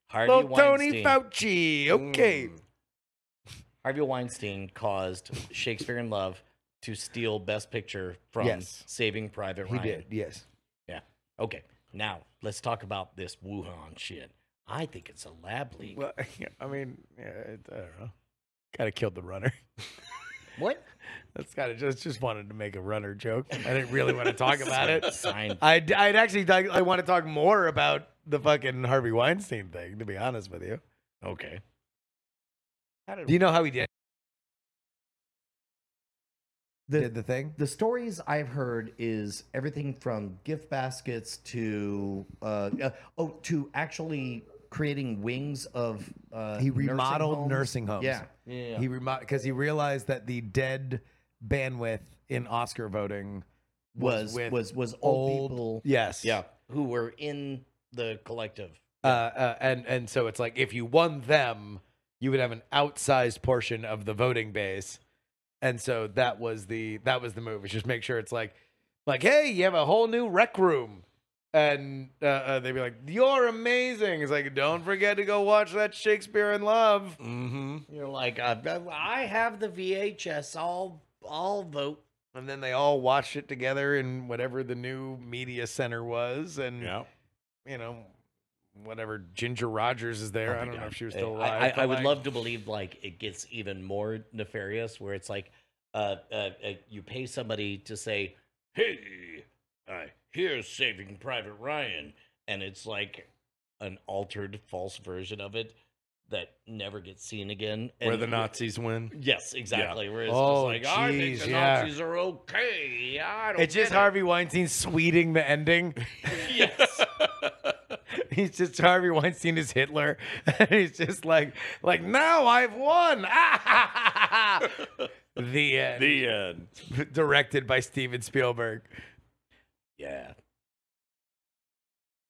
A: Harvey
B: Little Tony
A: Weinstein.
B: Fauci. Okay.
A: Mm. Harvey Weinstein caused Shakespeare in Love to steal Best Picture from
B: Yes.
A: Saving Private
B: He
A: Ryan.
B: did, yes.
A: Yeah. Okay. Now let's talk about this Wuhan shit. I think it's a lab leak.
B: Well, [laughs] I mean, yeah, it- I don't know. Kind of killed the runner. [laughs]
A: What?
B: That's kind of just just wanted to make a runner joke. I didn't really want to talk about [laughs] it.
A: Sign.
B: I'd, I'd actually like- I want to talk more about the fucking Harvey Weinstein thing, to be honest with you.
A: Okay. How did
B: Do you know how he did? did the thing?
A: the stories I've heard is everything from gift baskets to uh, uh, oh to actually creating wings of uh,
B: He remodeled nursing
A: nursing
B: homes.
A: homes. Yeah.
B: Yeah. He remodeled because he realized that the dead bandwidth in Oscar voting was
A: was
B: with
A: was was
B: old
A: old people
B: Yes.
A: yeah who were in the collective
B: Uh, uh, and and so it's like if you won them, you would have an outsized portion of the voting base, and so that was the that was the move. Is just make sure it's like, like hey, you have a whole new rec room, and uh, uh, they'd be like, you're amazing. It's like don't forget to go watch that Shakespeare in Love.
C: Mm-hmm.
A: you're like uh, I have the VHS I'll I'll vote
B: And then they all watched it together in whatever the new media center was, and
C: Yeah.
B: you know, whatever Ginger Rogers is there.
A: Oh my
B: I don't know
A: God.
B: if she was
A: Uh,
B: still
A: I-
B: alive.
A: I, I,
B: but,
A: would
B: like-
A: love to believe like it gets even more nefarious, where it's like, uh, uh, uh you pay somebody to say, "Hey, uh, here's Saving Private Ryan," and it's like an altered, false version of it that never gets seen again. And
C: Where the Nazis win.
A: Yes, exactly. Where it's
B: Oh,
A: just like, I think
B: jeez,
A: the
B: yeah.
A: Nazis are okay. I don't.
B: It's just
A: get
B: Harvey Weinstein sweeting the ending. [laughs]
A: it." [laughs] Yes.
C: [laughs]
B: he's just Harvey Weinstein is Hitler, [laughs] and he's just like, like now I've won. [laughs] Ah! the end.
C: The end.
B: [laughs] Directed by Steven Spielberg.
A: yeah.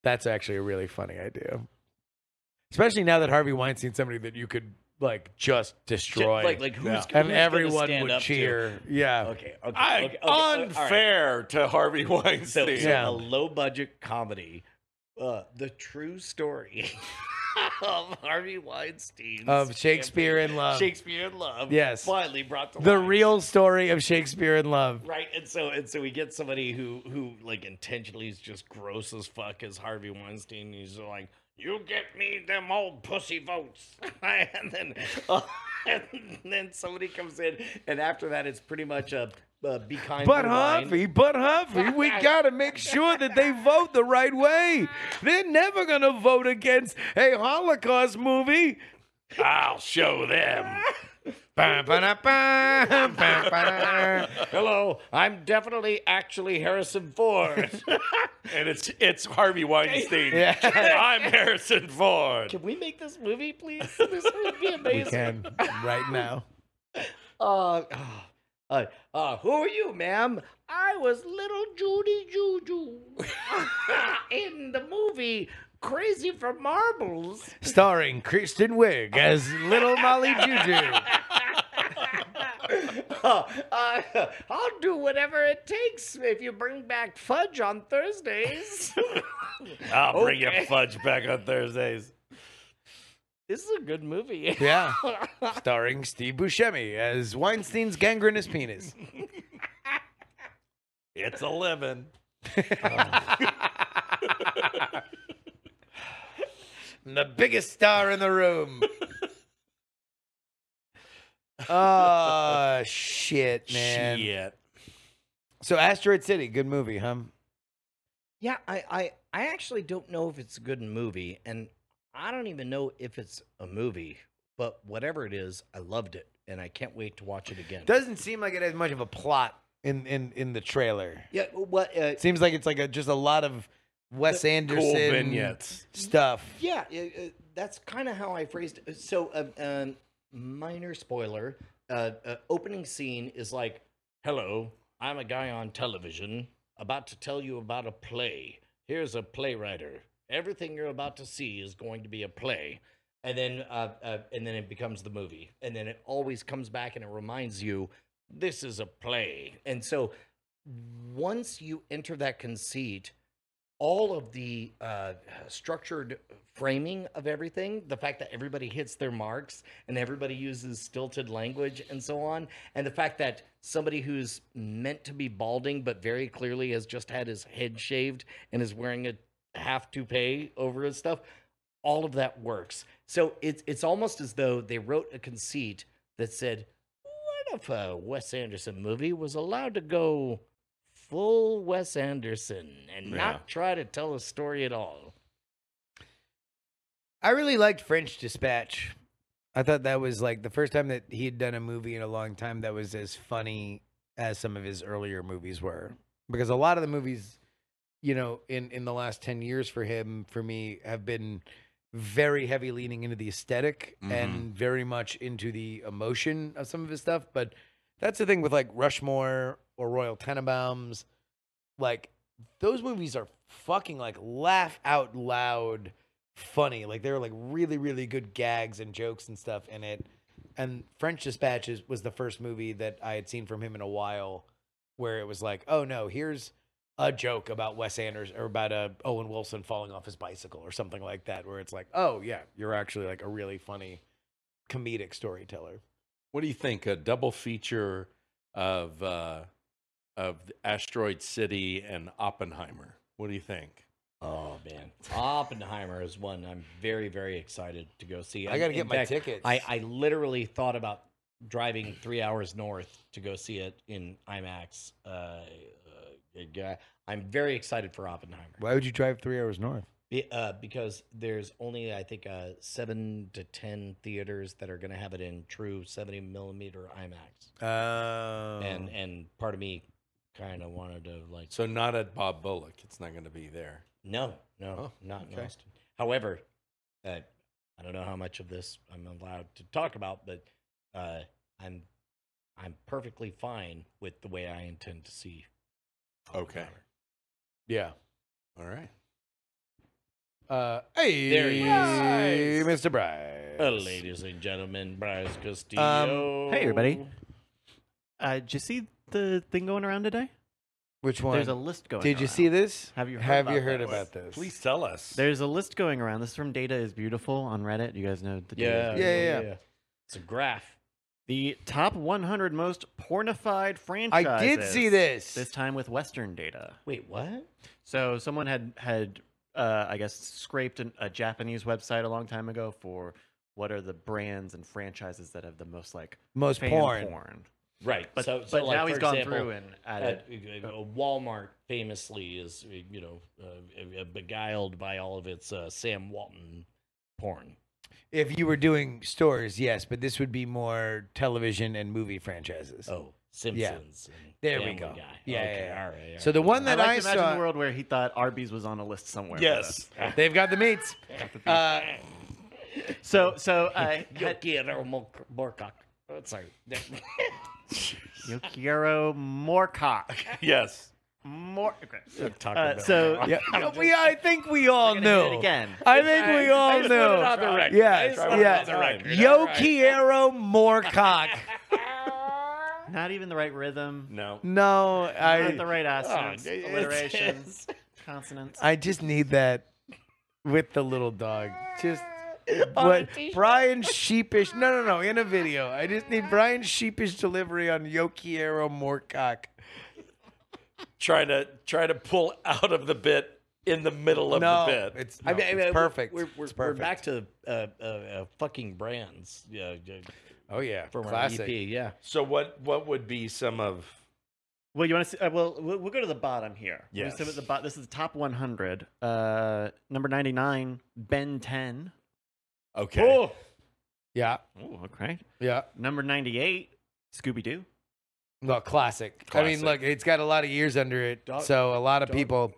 B: That's actually a really funny idea, especially now that Harvey Weinstein's somebody that you could like just destroy,
A: Like, like who's,
C: Yeah.
A: who's
B: and
A: gonna
B: everyone
A: stand
B: would
A: up to-
B: cheer. Yeah.
A: Okay. Okay.
C: I,
A: okay, okay, all right.
C: unfair to Harvey
A: So,
C: Weinstein.
A: so
B: Yeah.
A: a low budget comedy, uh, the true story [laughs] of Harvey Weinstein's
B: Of Shakespeare in Love.
A: Shakespeare in Love.
B: Yes.
A: finally brought to
B: the
A: life.
B: real story of Shakespeare in Love.
A: Right, and so and so we get somebody who who like intentionally is just gross as fuck as Harvey Weinstein. He's like, "You get me them old pussy votes," [laughs] and then uh, and then somebody comes in, and after that, it's pretty much a, uh be kind.
B: But
A: be kind.
B: Huffy, but Huffy,
C: [laughs]
B: we gotta make sure that they vote the right way. They're never gonna vote against a Holocaust movie.
C: I'll show them.
B: [laughs] Ba, ba, da, ba, ba, ba, da.
A: Hello, I'm definitely actually Harrison Ford.
C: And it's it's Harvey Weinstein.
B: Yeah.
C: [laughs] I'm Harrison
A: [laughs]
C: Ford.
A: Can we make this movie, [laughs] please? This would be
B: We
A: amazing.
B: can right now.
A: Uh, ah, uh, uh, who are you, ma'am? I was little Judy Juju [laughs] in the movie Crazy for Marbles. [laughs]
B: Starring Kristen Wiig as Little Molly Juju.
A: Uh, uh, I'll do whatever it takes if you bring back fudge on Thursdays. [laughs]
C: I'll bring you
A: Okay.
C: fudge back on Thursdays.
A: this is a good movie. [laughs]
B: Yeah. Starring Steve Buscemi as Weinstein's gangrenous penis.
C: It's a living.
B: Um. [laughs] the biggest star in the
C: [laughs]
B: room. Ah, shit, man.
C: Shit.
B: So Asteroid City, good movie, huh?
A: Yeah, I, I, I actually don't know if it's a good movie, and I don't even know if it's a movie, but whatever it is, I loved it, and I can't wait to watch it again.
B: Doesn't seem like it has much of a plot in in in the trailer.
A: yeah, what? Uh,
B: It seems like it's like a, just a lot of Wes Anderson
C: Cool vignettes.
B: stuff.
A: yeah, uh, uh, that's kind of how I phrased it. So, um, um, minor spoiler: uh, uh, opening scene is like, "Hello, I'm a guy on television about to tell you about a play. Here's a playwriter. Everything you're about to see is going to be a play." and then uh, uh, and then it becomes the movie and then it always comes back and it reminds you this is a play and so once you enter that conceit all of the uh, structured framing of everything the fact that everybody hits their marks and everybody uses stilted language and so on and the fact that somebody who's meant to be balding but very clearly has just had his head shaved and is wearing a half toupee over his stuff all of that works. So it's it's almost as though they wrote a conceit that said, "What if a Wes Anderson movie was allowed to go full Wes Anderson and
C: Yeah.
A: not try to tell a story at all?"
B: I really liked French Dispatch. I thought that was like the first time that he had done a movie in a long time that was as funny as some of his earlier movies were. Because a lot of the movies, you know, in in the last 10 years for him for me have been very heavy leaning into the esthetic
C: Mhm.
B: and very much into the emotion of some of his stuff, but that's the thing with like Rushmore or Royal Tenenbaums like those movies are fucking like laugh out loud funny. Like there are like really really good gags and jokes and stuff in it. And French Dispatch is, was the first movie that I had seen from him in a while, where it was like, oh no, here's a joke about Wes Anderson or about uh, Owen Wilson falling off his bicycle or something like that, where it's like, oh yeah, you're actually like a really funny comedic storyteller.
C: What do you think? A double feature of uh, of Asteroid City and Oppenheimer. What do you think?
A: Oh [laughs] man, Oppenheimer is one I'm very very excited to go see.
B: I got to
A: In
B: get my
A: fact,
B: tickets.
A: I I literally thought about driving three hours north to go see it in IMAX. Uh, uh, yeah, I'm very excited for Oppenheimer.
B: Why would you drive three hours north?
A: Be, uh, because there's only I think uh, seven to ten theaters that are going to have it in true seventy millimeter IMAX,
B: Oh,
A: and
C: Oh.
A: and part of me kind of wanted to like
C: So not at Bob Bullock. It's not going to be there.
A: no no
C: Oh,
A: not in
C: okay.
A: Austin. However, uh, I don't know how much of this I'm allowed to talk about, but uh, I'm I'm perfectly fine with the way I intend to see.
C: Okay.
A: Oppenheimer.
B: yeah.
C: All right.
B: Uh, hey,
A: There he is.
B: Mr. Bryce.
A: Uh, ladies and gentlemen, Bryce Castillo.
D: Um, hey, everybody. Uh, did you see the thing going around today?
B: Which one?
D: There's a list going.
B: Did you
D: around.
B: see this?
D: Have you heard
B: Have you
D: about
B: heard
D: this?
B: about this?
C: Please tell us. [laughs]
D: There's a list going around. This is from Data is Beautiful on Reddit. You guys know the Data is
B: Yeah, yeah, yeah.
A: It's a graph.
D: The top 100 most pornified franchises.
B: I did see this.
D: This time with Western data.
A: Wait, what?
D: So someone had had uh, I guess scraped an, a Japanese website a long time ago for what are the brands and franchises that have the most like
B: Most
D: fan
B: porn.
A: Right.
D: But,
A: so,
D: but
A: so like,
D: now
A: for
D: he's gone
A: example,
D: through and added.
A: at- uh, uh, Walmart famously is, uh, you know, uh, uh, beguiled by all of its uh, Sam Walton porn.
B: If you were doing stores, yes, but this would be more television and movie franchises.
A: Oh, Simpsons. and
B: There we
A: Family
B: go.
A: Guy.
B: Yeah,
A: Okay,
B: yeah, yeah.
A: All right, all
B: So the
A: right.
B: one that
D: I
B: I,
D: like to imagine
B: saw,
D: the world where he thought Arby's was on a list somewhere. with
C: yes.
A: [laughs]
B: they've got the meats. Uh,
D: us. So so uh, I had
A: Yukihiro Mor- Morcock. Oh, sorry. [laughs]
D: Yokiro Moorcock.
C: Yes.
D: More. Okay.
A: Talk
D: Uh, [laughs] so Uh,
B: yeah, we, I think we all
D: I'm gonna hit it
B: know.
D: again.
B: I
A: [laughs]
B: think we all
A: just put it on
B: know.
A: the record. I
B: Yes,
A: just put it
B: yes.
A: on the record. All right.
B: Yokiero
A: [laughs]
B: Moorcock.
D: Not even the right rhythm.
C: No.
B: No,
D: not the
B: I,
D: right assonance.
A: Oh, it- it's-
D: alliteration.
A: it's-
D: Consonants.
B: I just need that with the little dog. Just what Brian Sheepish? No, no, no. In a video, I just need Brian Sheepish delivery on Yokiero Moorcock.
C: Trying to try to pull out of the bit in the middle of
B: no,
C: the bit.
B: It's,
A: I mean,
B: no,
A: I mean,
B: it's
A: we're-
B: perfect.
A: We're, we're,
B: it's perfect.
A: we're back to uh, uh, uh, fucking brands. Yeah, yeah,
B: oh yeah,
A: from our EP.
B: classic.
A: Yeah.
C: so what what would be some of
D: Well, you want to see? Uh, well, we'll we'll go to the bottom here. We'll
C: Yes.
D: see what the bo- this is the top 100. Uh, number 99, Ben 10.
C: Okay.
B: Yeah,
D: Oh, okay.
B: yeah.
D: Number 98, Scooby Doo.
B: No, classic. I mean,
C: Classic.
B: look, it's got a lot of years under it,
A: Dog-
B: so a lot of
A: dog-
B: people.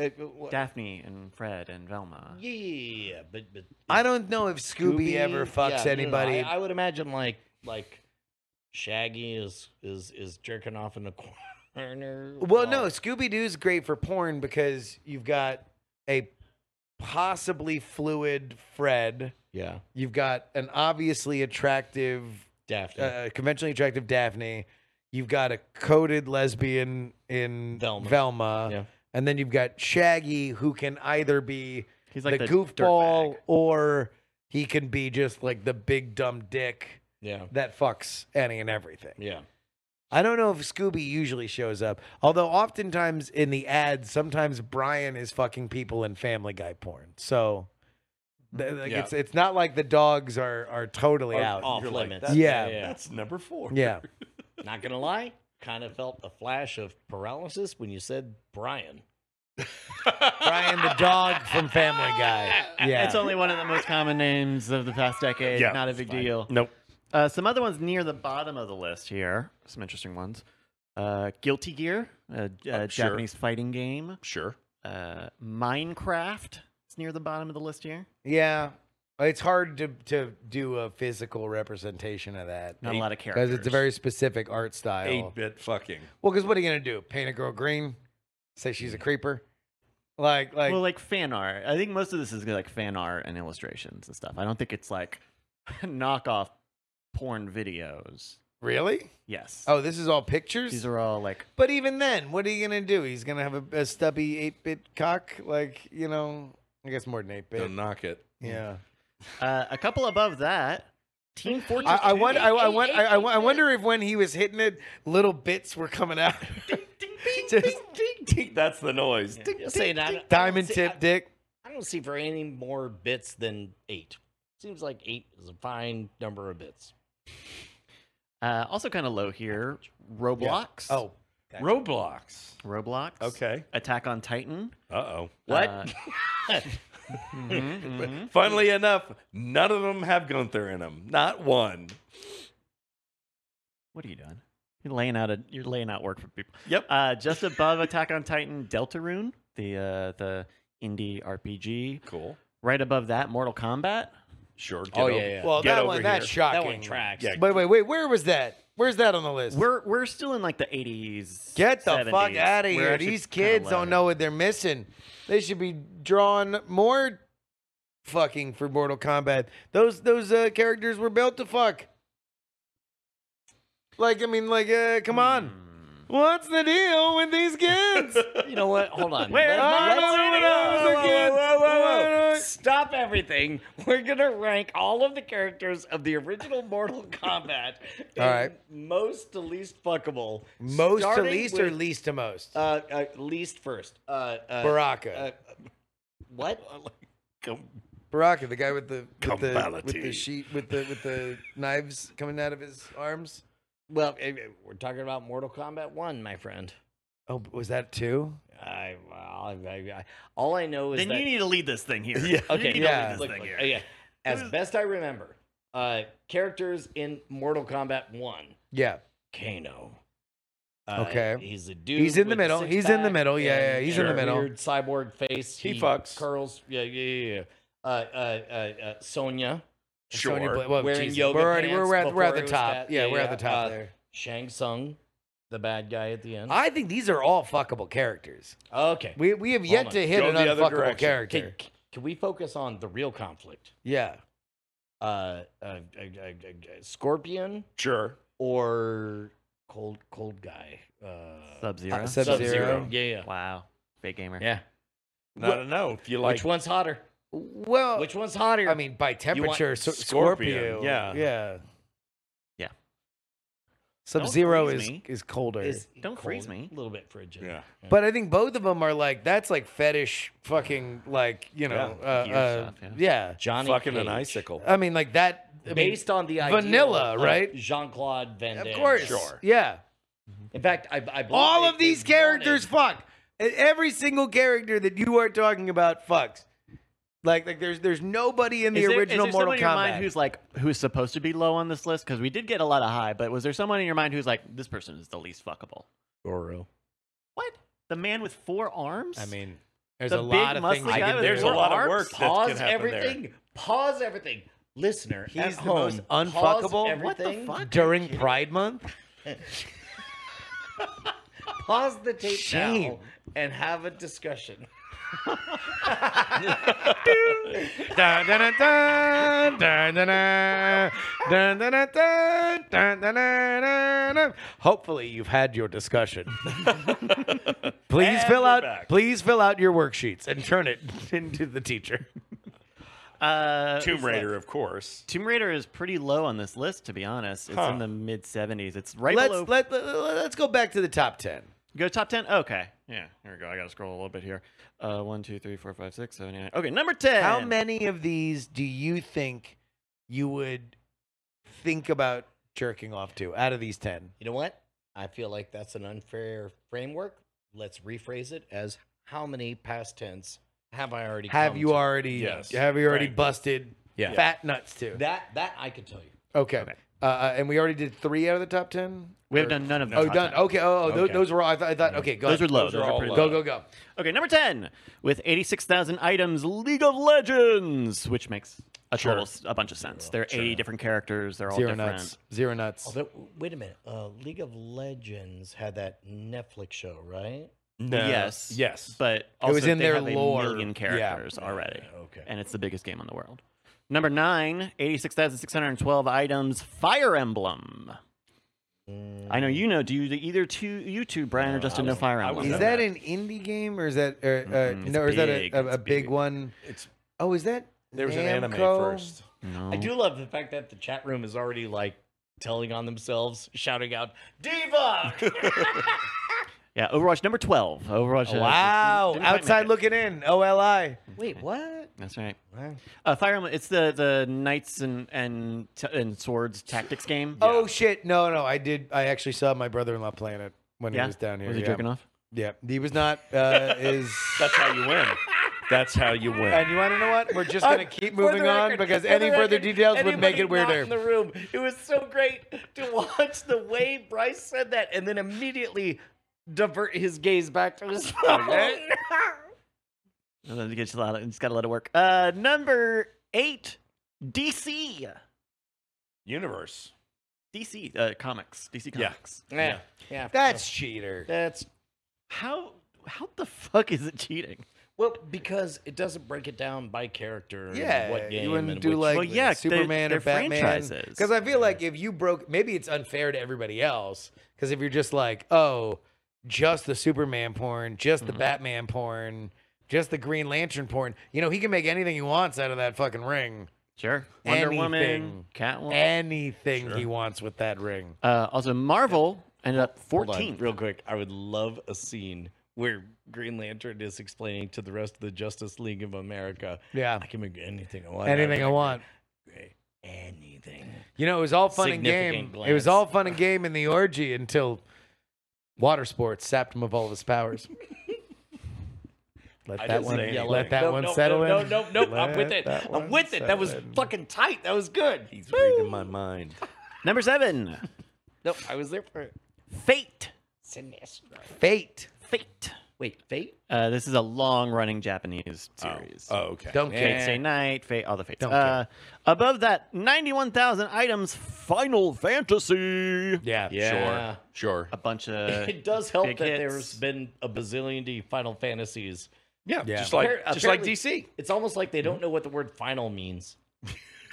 A: Uh,
D: Daphne and Fred and Velma.
A: Yeah, but but
B: I don't know if Scooby, ever fucks
A: yeah, no, no,
B: anybody.
A: I, I would imagine like like Shaggy is is is jerking off in the [laughs] corner.
B: well, no,
A: while-
B: Scooby Doo's great for porn because you've got a possibly fluid Fred.
A: yeah,
B: You've got an obviously attractive,
A: Daphne,
B: uh, conventionally attractive Daphne. You've got a coded lesbian in
A: Velma.
B: Velma.
A: Yeah.
B: And then you've got Shaggy, who can either be
D: He's like
B: the,
D: the,
B: goofball,
D: dirtbag.
B: or he can be just like the big dumb dick
A: yeah,
B: that fucks any and everything.
A: yeah.
B: I don't know if Scooby usually shows up, although oftentimes in the ads, sometimes Brian is fucking people in Family Guy porn. So th- like,
C: Yeah.
B: it's it's not like the dogs are are totally
C: Are
B: out.
A: Off
C: You're like,
A: limits.
C: that's-
B: Yeah.
C: That's number 4.
B: Yeah,
A: Not gonna lie, kind of felt a flash of paralysis when you said Brian.
B: Brian the dog from Family
D: [laughs]
B: Guy. Yeah,
D: It's only one of the most common names of the past decade.
C: Yeah,
D: Not a big deal.
C: Nope.
D: Uh, some other ones near the bottom of the list here. Some interesting ones. Uh, Guilty Gear,
B: Oh,
D: a, a
C: Uh, sure.
D: Japanese fighting game.
C: Sure.
D: Uh, Minecraft is near the bottom of the list here.
B: yeah. It's hard to to do a physical representation of that
D: Not a lot of characters.
B: because it's a very specific art style.
C: 8-bit fucking.
B: Well, because what are you gonna do? Paint a girl green? Say she's a creeper? Like, like,
D: well, like fan art. I think most of this is like fan art and illustrations and stuff. I don't think it's like [laughs] knockoff porn videos.
B: really?
D: Yes.
B: Oh, this is all pictures.
D: These are all like
B: but even then, what are you gonna do? He's gonna have a, a stubby eight-bit cock, like you know. I guess more than eight-bit.
C: Don't knock it.
B: yeah.
D: uh, a couple above that.
B: [laughs]
D: Team Fortress.
B: I, I,
D: two.
B: wonder, I, I, won- I, I, won- I wonder if when he was hitting it, little bits were coming out. Just
C: That's the noise.
A: You're saying I don't- I don't
B: diamond
A: see-
B: tip
A: I-
B: dick.
A: I don't see for any more bits than eight. Seems like eight is a fine number of bits.
D: Uh, also kind of low here. Roblox.
B: Oh,
C: Roblox.
D: Roblox.
C: Okay.
D: Attack on Titan.
C: Uh-oh.
D: Uh,
B: [laughs]
D: Mm-hmm.
C: Funnily enough, none of them have Gunther in them. Not one.
D: what are you doing? You're laying out a you're laying out work for people.
C: Yep.
D: Uh, just above Attack on Titan, Deltarune, the uh, the indie RPG.
C: cool.
D: Right above that, Mortal Kombat.
C: Sure. Get
A: Oh,
C: over,
A: yeah, yeah.
B: well,
C: get
B: that
C: over
B: one,
C: here.
B: that's shocking.
A: That one tracks.
C: Yeah.
B: Wait, wait, wait. Where was that? Where's that on the list?
D: We're we're still in like the 80s.
B: Get the
D: 70s.
B: fuck out of
D: We're
B: here.
D: actually
B: These
D: kinda
B: kids
D: low.
B: don't know what they're missing. They should be drawing more fucking for Mortal Kombat. Those those uh, characters were built to fuck. Hmm. Like I mean, like uh, come on, what's the deal with these [laughs]
D: you know what? Hold on.
A: Wait,
D: Let-
A: whoa,
B: no,
A: let's-
B: no, no, no,
A: whoa, whoa, whoa, whoa, whoa.
B: no.
A: Stop everything. We're gonna rank all of the characters of the original Mortal Kombat. in
B: [laughs] All right.
A: Most to least fuckable.
B: Most to
A: starting
B: least or
A: with,
B: least to most?
A: Uh, uh, least first. Uh, uh, uh,
B: Baraka.
A: what? [laughs]
B: Baraka, the guy with the with the, with the
C: Combality.
B: sheet with the with the knives coming out of his arms.
A: Well, eh, eh, we're talking about Mortal Kombat One, my friend.
B: Oh, was that two?
A: I, well, I, I, I all I know is
D: Then
A: that
D: you need to lead this thing here.
A: Yeah. Okay.
D: You need
B: yeah.
D: to lead
A: Look,
D: this thing
A: look,
D: here.
A: uh, yeah. As
D: Who's-
A: best I remember, uh, characters in Mortal Kombat One,
B: Yeah.
A: Kano. Uh,
B: Okay.
A: He's a dude.
B: He's in the
A: with a
B: middle. He's in the
A: six-pack
B: middle. Yeah,
A: and-
B: yeah, he's in
A: and
B: the
A: a
B: middle.
A: Weird cyborg face.
C: He fucks.
A: curls. Yeah, yeah, yeah. yeah. Uh, uh, uh, uh, Sonya
B: Sonya
C: Sure.
B: Bla- well,
A: Wearing
B: Jesus,
A: yoga
B: We're already we're,
A: pants
B: we're at, we're at
A: before
B: the
A: it was
B: top.
A: fat.
B: Yeah,
A: Yeah,
B: we're
A: yeah.
B: at the top
A: Uh,
B: there.
A: Shang Tsung, the bad guy at the end.
B: I think these are all fuckable characters.
A: okay.
B: We we have yet
A: on.
B: to hit
C: Go
B: an
C: the other
B: unfuckable
C: direction.
B: character.
A: Can, can we focus on the real conflict?
B: Yeah.
A: Uh, uh, uh, uh, uh, uh, Scorpion
C: Sure.
A: or cold cold guy. Uh,
D: Sub Zero.
B: Sub- Sub-Zero.
A: Yeah, yeah,
D: Wow. Fake gamer.
A: yeah.
C: I don't know if you like.
A: Which one's hotter?
B: Well,
A: Which one's hotter?
B: I mean, by temperature, so,
C: Scorpion,
B: Scorpio.
C: yeah.
B: Yeah.
D: Yeah.
B: Sub Zero
D: freeze
B: is
D: me.
B: is colder.
A: is
D: Don't freeze
A: cold,
D: me.
A: A little bit frigid.
C: Yeah.
B: But I think both of them are like that's like fetish fucking like you know
C: Yeah,
B: uh,
D: gear
B: uh,
D: stuff, yeah.
B: yeah.
A: Johnny
C: fucking an
A: Cage,
C: icicle.
B: I mean like that I mean,
A: Based on the idea
B: vanilla, right?
A: Jean Claude Van Damme.
B: of course
C: Sure.
B: yeah
A: In fact, I, I believe
B: all
A: they-
B: of these
A: they wanted-
B: characters fuck E- every single character that you are talking about fucks like like there's there's nobody in the
D: Is there- is
B: original
D: there
B: Mortal
D: someone in your
B: Kombat
D: mind who's like who's supposed to be low on this list? Because we did get a lot of high, but was there someone in your mind who's like this person is the least fuckable?
A: Goro.
D: What? The man with four arms?
B: I mean there's a
D: The
B: lot
D: big
B: of things
D: muscly
B: you
D: guy
B: can
D: with
B: do.
C: There's a
D: Your
C: lot
D: arms?
C: of work that can
A: Pause
C: happen
A: everything. Pause everything. Listener,
B: He's
A: at
B: the
A: home,
B: most
A: pause
B: unfuckable-
D: what the
A: everything,
D: fuck?
B: during Pride Month
A: Pause the tape
B: Shame.
A: now and have a discussion.
B: Dun, dun, dun, dun, dun, dun, dun. Dun, dun, dun, dun, dun, dun, dun, dun, dun. Hopefully you've had your discussion. please
C: And
B: fill
C: we're
B: out
C: back.
B: please fill out your worksheets and turn it [laughs] into the teacher.
D: Uh,
C: Tomb Raider, of course.
D: Tomb Raider is pretty low on this list, to be honest. It's
C: Huh.
D: in the mid seventies. It's right below.
B: Let's let, let, us go back to the top 10.
D: Go top ten. Okay. Yeah. Here we go. I gotta scroll a little bit here. Uh, one, two, three, four, five, six, seven, eight. nine. Okay, number ten.
B: How many of these do you think you would think about jerking off to out of these 10?
A: You know what? I feel like that's an unfair framework. Let's rephrase it as how many past tense have I already
B: Have
A: come
B: you
A: to?
B: already
C: Yes.
B: have you already
C: Frankly.
B: busted
A: Yeah.
B: fat nuts to?
A: that that I could tell you.
B: Okay. Uh, Uh, and we already did three out of the top ten.
D: We
B: Or-
D: have done none of
B: oh,
D: those. top
B: done.
D: 10.
B: Okay. Oh, oh, tho-
A: Okay.
B: those were all. I thought. I thought okay. Go
D: Those are
B: ahead.
D: low.
C: Those
D: Those,
C: are
D: are,
C: all
D: pretty
C: low.
D: low.
B: Go go go.
D: Okay, number 10, with 86,000 items, League of Legends, which makes a total, s- a bunch of sense. There are 80 different characters. They're all
B: Zero
D: different.
B: nuts. Zero nuts.
A: Although, Oh, wait a minute. Uh, League of Legends had that Netflix show, right?
C: No.
D: Yes.
C: Yes.
D: But
B: was
D: also,
B: in
D: they
B: their
D: have
B: lore.
D: a million
B: Yeah.
D: characters already.
A: okay.
D: And it's the biggest game in the world. Number 9, 86,612 items, Fire Emblem. I know you know. Do you, either two, you two, Brian
B: Uh,
D: or Justin, know Fire
C: I
D: Emblem?
C: was
B: Is
C: Zero
B: that an indie game or is that or, uh,
D: Mm-mm,
B: no? Or is that a,
D: Mm-hmm. it's
B: a,
D: big,
B: a
D: it's
B: big
D: big.
B: one?
C: It's
B: Oh, is that
C: there was an anime
B: Namco?
C: first.
D: No.
A: I do love the fact that the chat room is already like telling on themselves, shouting out [laughs] "Diva."
D: Yeah, Overwatch number 12. Overwatch. uh,
B: Wow,
D: didn't quite make
B: outside
D: it.
B: looking in. Oli.
A: wait, what?
D: That's right.
A: Wow.
D: Uh, Fire Emblem. It's the the knights and and t- and swords tactics game.
B: Oh shit! No, no, I did. I actually saw my brother-in-law playing it when he was down here.
D: Was he
B: yeah.
D: jerking off?
B: Yeah, he was not. Uh, is
C: That's how you win. That's how you
B: and
C: win.
B: you want to know what? We're
D: [laughs] Uh,
B: just gonna keep moving on because
A: For
B: any
A: the
B: further
A: record,
B: details would make
A: anybody
B: it
A: not
B: weirder.
A: In the room, it was so great to watch the way Bryce said that, and then immediately divert his gaze back to [laughs] his phone.
D: It gets a lot. Of, it's got a lot of work. Uh, number eight, DC,
C: Universe.
D: DC uh, comics, DC
C: Yeah.
D: comics.
A: yeah, yeah,
B: That's cheater.
A: that's
D: How how the fuck is it cheating?
A: well because it doesn't break it down by character. and
B: Yeah,
A: what game
B: you wouldn't
A: and
B: do
A: which-
B: like
D: Well, yeah,
B: Superman
D: they're-
B: or
D: they're
B: Batman.
D: franchises.
B: Because I feel like if you broke, maybe it's unfair to everybody else. Because if you're just like, oh, just the Superman porn, just the
D: Mhm.
B: Batman porn, just the Green Lantern porn. You know, he can make anything he wants out of that fucking ring.
D: Sure. Wonder Woman,
B: Anything.
D: Catwoman.
B: Anything he wants with that ring.
D: uh, also, Marvel ended up
A: Hold on,
D: 14th.
A: real quick. I would love a scene where Green Lantern is explaining to the rest of the Justice League of America,
B: Yeah.
A: I can make anything
D: oh,
A: I want. out of
B: Anything I
A: it."
B: want.
A: Anything.
B: You know, it was all fun and game.
A: Significant
B: It was
A: glance.
B: all fun and game in the orgy until water sports sapped him of all of his powers.
D: [laughs]
B: Let that
A: didn't
B: one,
A: say anything.
B: let that
A: Nope,
B: one
A: nope,
B: settle
A: nope,
B: in.
A: Nope, nope, nope. I'm with
B: Let
A: it.
B: that
A: I'm
B: one
A: with it. That was
B: settle in.
A: fucking tight. That was good.
C: He's reading my mind.
D: Number seven,
A: Nope, I was there for it.
D: Fate.
A: Sinestro.
B: fate.
D: Fate.
A: Wait, fate?
D: Uh, this is a long running Japanese series.
C: [laughs] Oh, okay.
B: Don't
A: Yeah.
B: care.
D: Fate Stay Night, Fate, all the Fates.
B: Don't
D: Uh, above that, 91,000 items, Final Fantasy.
B: Yeah,
A: Yeah.
C: Sure.
D: A bunch of.
A: It does help
D: Big
A: that
D: hits.
A: there's been a bazillion D Final Fantasies.
C: Yeah,
B: Yeah.
C: just like
A: Appar-
C: just like
A: apparently-
C: DC.
A: It's almost like they don't know what the word final means.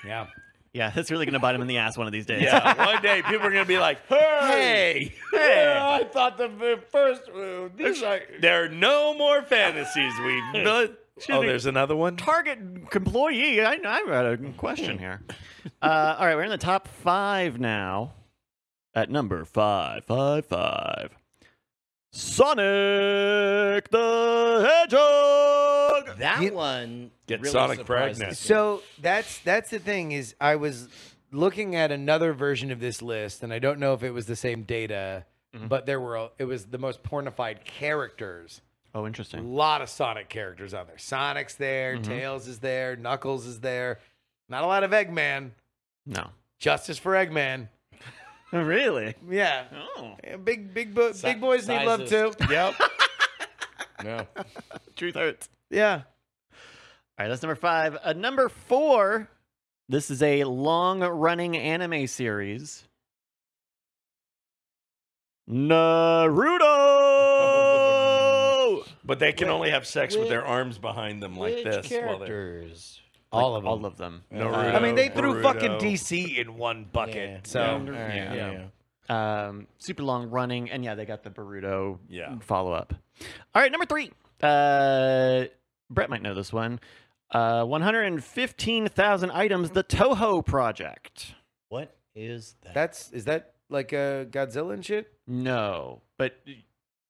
B: yeah.
D: [laughs] yeah, that's really going to bite him in the ass one of these
C: [laughs] [laughs]
D: days. [laughs]
C: Yeah, one day people are gonna be like, "Hey,
A: Yeah, I thought the v- first uh,
C: [laughs]
A: these are
C: there are no more fantasies [laughs] we've." done." Oh,
D: be-
C: there's another one.
D: Target employee. I, I've got a question [laughs] here. Uh, all right, we're in the top five now. At number five, five, five. Sonic the Hedgehog.
A: that
B: You-
A: one
C: Get
A: really
C: Sonic
A: surprised us.
C: pregnant.
B: So that's that's the thing is I was looking at another version of this list, and I don't know if it was the same data, but there were a- it was the most pornified characters.
D: Oh,
B: A
D: interesting.
B: lot of Sonic characters on there. Sonic's there, Tails is there, Knuckles is there. Not a lot of Eggman.
D: No.
B: Justice for Eggman.
D: Oh, Really?
B: Yeah,
D: Oh.
B: Yeah, big big bo-
A: Si-
B: big boys need love too.
A: sizes.
B: Yep.
A: No.
D: Truth hurts.
B: [laughs] yeah.
D: All right, that's number five. Uh, number four. This is a long running anime series. [laughs] Naruto!
C: But they can
A: Wait,
C: only have sex with
A: which-
C: their arms behind them like
A: Which
C: this. while they're-
A: characters.
B: All of them.
D: All of them.
C: Naruto,
B: I mean, they threw fucking
C: Boruto.
B: DC in one bucket.
A: Yeah.
B: So
A: Yeah.
D: Yeah.
A: Alright,
D: Yeah. Um, super long running. And yeah, they got the Baruto
C: Yeah.
D: follow up. All right, number three. Uh, Brett might know this one. Uh, 115,000 items, the Toho Project.
A: What is that?
B: That's is that like a Godzilla and shit?
D: No, but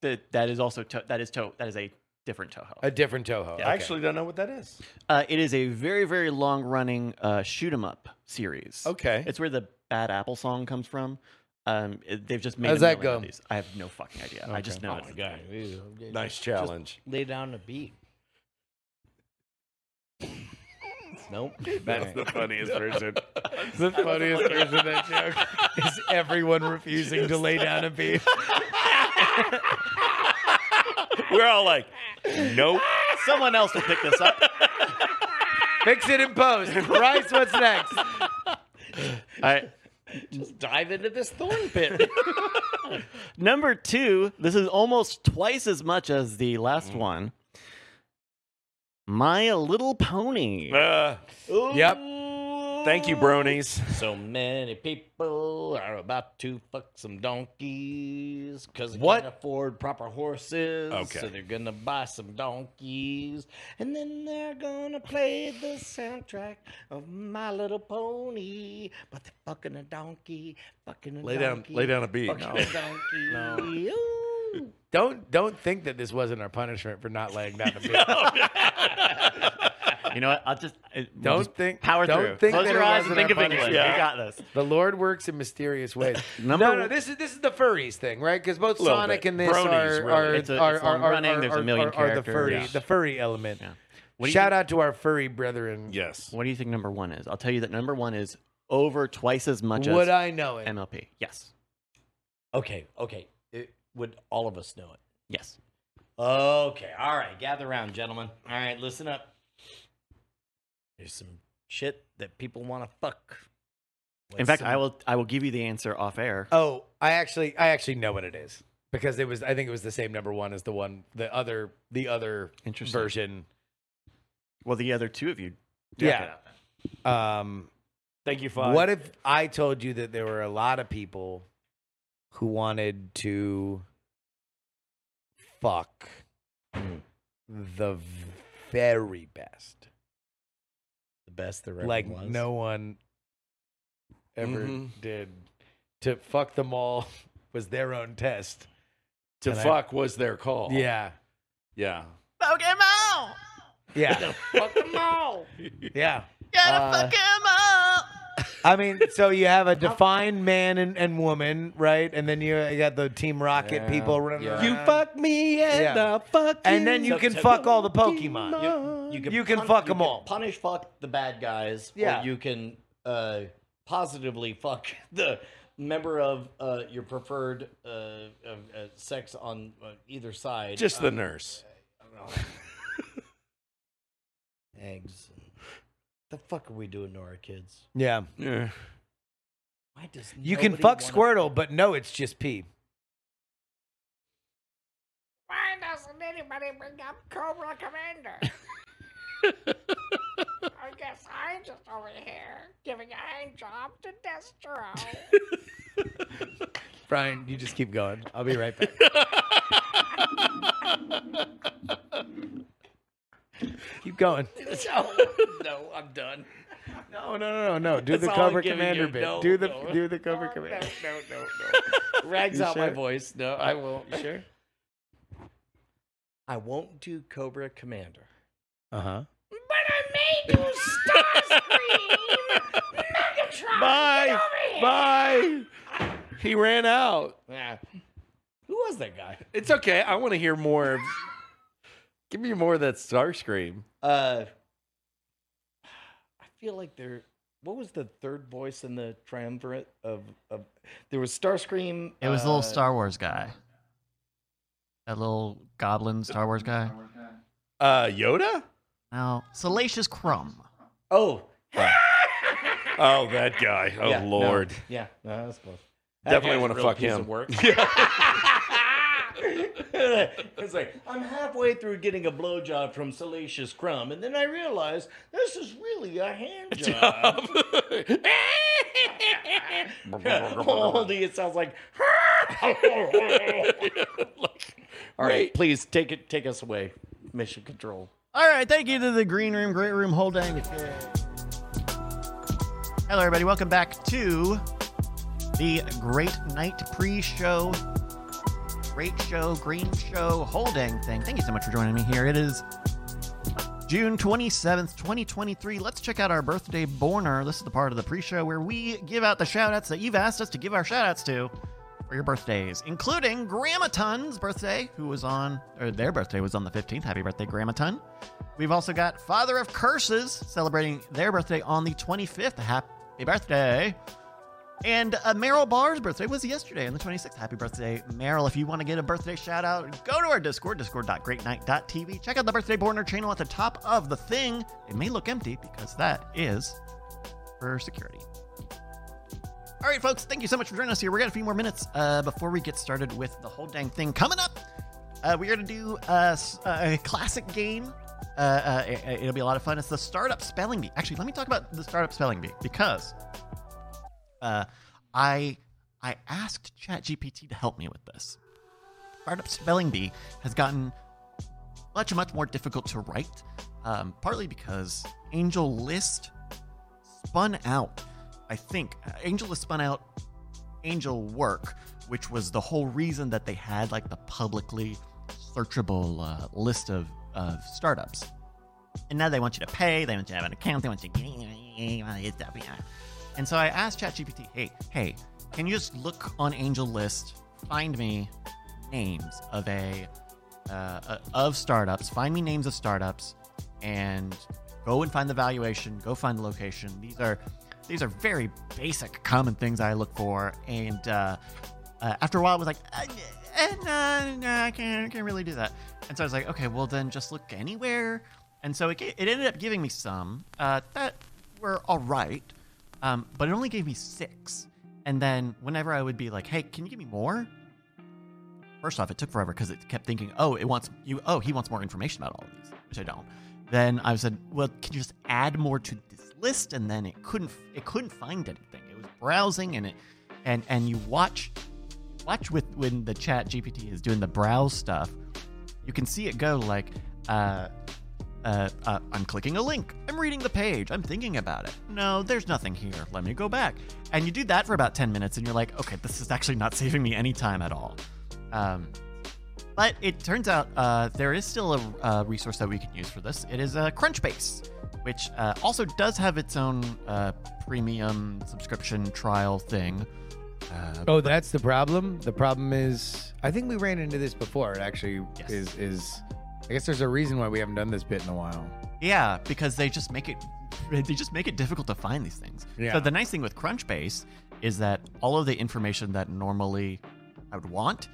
D: that that is also to- that is to- that is a different Toho.
B: A different Toho.
D: Yeah.
C: I
B: Okay.
C: actually don't know what that is.
D: Uh, it is a very very long running uh, shoot 'em up series.
C: Okay.
D: it's where the Bad Apple song comes from. Um, it- they've just made.
B: How's
D: a
B: that
D: million of
B: go?
D: these. I have no fucking idea. I just know.
A: oh
D: it's
A: my
D: a
A: god.
D: thing.
C: nice challenge.
A: Lay down a beat. nope.
C: That's the [laughs] funniest version.
B: the funniest version of that joke is everyone refusing to lay [laughs] down a beat.
C: We're all like, [laughs] nope.
D: [laughs] Someone else will pick this up.
B: Fix it in post. Bryce, what's next?
D: All right.
A: Just dive into this thorn [laughs] pit.
D: Number two. This is almost twice as much as the last one. My
C: [laughs]
D: Little Pony.
C: Uh,
B: Yep.
C: thank you, bronies.
A: So many people are about to fuck some donkeys because they
B: What?
A: can't afford proper horses.
C: Okay.
A: So they're gonna buy some donkeys, and then they're gonna play the soundtrack of My Little Pony. But they're fucking a donkey, fucking a
C: Lay down,
A: donkey.
C: lay down a beat.
A: fucking a
C: [laughs]
A: donkey. Ooh.
B: Don't don't think that this wasn't our punishment for not laying down a beat.
D: You know what? I'll just I- we'll
B: Don't
D: just
B: think-
D: power
B: don't
D: through.
B: think
D: Close
B: that
D: your
B: it
D: eyes and
B: wasn't
D: think of
B: our
D: English.
B: punishment.
D: You got this.
B: The Lord works in mysterious ways. no,
D: Number-
B: no, this is this is the furries thing, right? Because both
C: Little
B: Sonic
C: bit.
B: and this
C: Bronies,
B: are,
C: really.
B: are,
D: It's a-
B: are,
D: it's
B: are,
D: long
B: are,
D: running, there's a
B: are-
D: million
B: are- are the furry
D: characters.
B: the furry element.
D: Yeah. What do you
B: Shout
D: think-
B: out to our furry brethren.
C: Yes.
D: What do you think number one is? I'll tell you that number one is over twice as much
B: Would
D: as
B: I know it?
D: MLP. Yes.
A: Okay, okay. It, would all of us know it?
D: Yes.
A: Okay, all right, gather around, gentlemen. All right, listen up. There's some shit that people want to fuck.
D: In
A: Like
D: fact,
A: some-
D: I will. I will give you the answer off air.
B: Oh, I actually I actually know what it is because it was I think it was the same number one as the one the other the other
D: Interesting.
B: version.
D: Well, the other two of you.
B: Yeah. Um,
C: Thank you, Five.
B: What if I told you that there were a lot of people who wanted to fuck
A: Mm.
B: the very best.
A: The best there ever
B: like
A: was. Mm-hmm.
B: no one ever
C: Mhm.
B: did. To fuck them all [laughs] was their own test.
C: To
B: And I-
C: fuck was their call.
B: Yeah.
C: Yeah.
D: Pokemon!
A: [laughs]
B: Yeah. yeah.
D: Gotta
B: Uh,
D: fuck him up!
B: I mean, so you have a defined man and, and woman, right? And then you you got the Team Rocket
A: Yeah.
B: people running
A: Yeah.
B: around.
A: You
C: fuck me
B: and Yeah.
C: I fuck
B: and then you
A: So-
B: can
A: so-
B: fuck all the Pokemon.
A: You, you can,
B: You can fuck 'em
A: can
B: all.
A: Punish fuck the bad guys.
B: Yeah.
A: Or you can uh, positively fuck [laughs] the member of uh, your preferred uh, uh, uh, sex on uh, either side.
C: Just
A: Uh,
C: the nurse.
A: I don't know. Eggs. The fuck are we doing to our kids?
B: Yeah.
C: Yeah.
A: Why does
B: You can
A: nobody
B: fuck
A: wanna-
B: Squirtle, but no, it's just pee.
E: Why doesn't anybody bring up Cobra
C: [laughs]
E: Commander? I guess I'm just over here giving a hand job to
C: [laughs]
E: Destro.
B: Brian, you just keep going. I'll be right back. [laughs] keep going.
A: [laughs] no, I'm done.
B: No, no, no, no, no. Do the
A: That's all I'm
B: Cobra
A: giving
B: Commander
A: you.
B: bit.
A: No,
B: do the
A: no.
B: do the Cobra Commander.
A: No, no,
B: [laughs]
A: no. Rags
B: You
A: out my
B: sure?
A: voice. No, I won't.
B: sure?
A: I won't do Cobra Commander.
B: Uh huh.
E: but I made you
C: [laughs]
E: Starscream! Megatron!
C: Bye.
E: Get over here!
C: Bye. He ran out.
A: Yeah. Ah. Who was that guy?
C: It's okay. I want to hear more. of- [laughs] Give me more of that star scream.
A: Uh, I feel like there. What was the third voice in the triumvirate of? of there was Starscream.
D: It was
A: uh,
D: the little Star Wars guy. That little goblin Star Wars guy.
C: Uh, Yoda?
D: Now, Salacious Crumb.
A: Oh,
C: Oh, that guy. Oh,
A: yeah, no,
C: Lord.
A: yeah, no, that was close. That
C: Definitely
A: guy's
C: want
A: a
C: to
A: real
C: fuck
A: piece of
C: him. [laughs]
A: Work. [laughs] it's like I'm halfway through getting a blowjob from Salacious Crumb, and then I realize this is really a hand
C: [laughs]
A: job. Only it sounds like. [laughs] All right, please take it. Take us away, Mission Control.
D: All right, thank you to the green room, great room, whole dang affair. Hello, everybody. Welcome back to the Great Night pre-show, great show, green show, whole dang thing. Thank you so much for joining me here. It is June 27th, 2023. Let's check out our birthday borner. This is the part of the pre-show where we give out the shout-outs that you've asked us to give our shout-outs to for your birthdays, including Grandma Tun's birthday, who was on, or their birthday was on the 15th. Happy birthday, Grandma Tun. We've also got Father of Curses celebrating their birthday on the 25th. Happy birthday. And uh, Meryl Barr's birthday was yesterday on the 26th. Happy birthday, Meryl. If you want to get a birthday shout out, go to our Discord, discord.greatnight.tv. Check out the Birthday Borner channel at the top of the thing. It may look empty because that is for security. All right, folks, thank you so much for joining us here. We got a few more minutes uh, before we get started with the whole dang thing. Coming up, uh, we're going to do a, s- uh, a classic game. Uh, uh, it, will be a lot of fun. It's the Startup Spelling Bee. Actually, let me talk about the Startup Spelling Bee because uh, I I asked ChatGPT to help me with this. Startup Spelling Bee has gotten much much more difficult to write, um, partly because Angel List spun out. I think uh, Angel List spun out Angel Work, which was the whole reason that they had like the publicly searchable uh, list of of startups. And now they want you to pay. They want you to have an account. They want you to. And so I asked ChatGPT, hey, hey, can you just look on Angel List, find me names of a uh, uh, of startups, find me names of startups, and go and find the valuation. Go find the location. These are these are very basic, common things I look for. And uh, uh, after a while, it was like, uh, eh, no, no, I can't, I can't really do that. And so I was like, okay, well then just look anywhere. And so it, ga- it ended up giving me some uh, that were all right, um, but it only gave me six. And then whenever I would be like, hey, can you give me more? First off, it took forever because it kept thinking, "Oh, it wants you. Oh, he wants more information about all of these," which I don't. Then I said, "Well, can you just add more to this list?" And then it couldn't. It couldn't find anything. It was browsing, and it, and and you watch, watch with when the Chat GPT is doing the browse stuff, you can see it go like, uh, uh, uh, I'm clicking a link. I'm reading the page. I'm thinking about it. No, there's nothing here. Let me go back. And you do that for about 10 minutes and you're like, okay, this is actually not saving me any time at all. Um, but it turns out uh, there is still a uh, resource that we can use for this. It is uh, Crunchbase, which uh, also does have its own uh, premium subscription trial thing. Uh,
B: Oh, that's the problem. The problem is, I think we ran into this before. It actually
D: Yes.
B: is is. I guess there's a reason why we haven't done this bit in a while.
D: Yeah, because they just make it they just make it difficult to find these things.
B: Yeah.
D: So the nice thing with Crunchbase is that all of the information that normally I would want,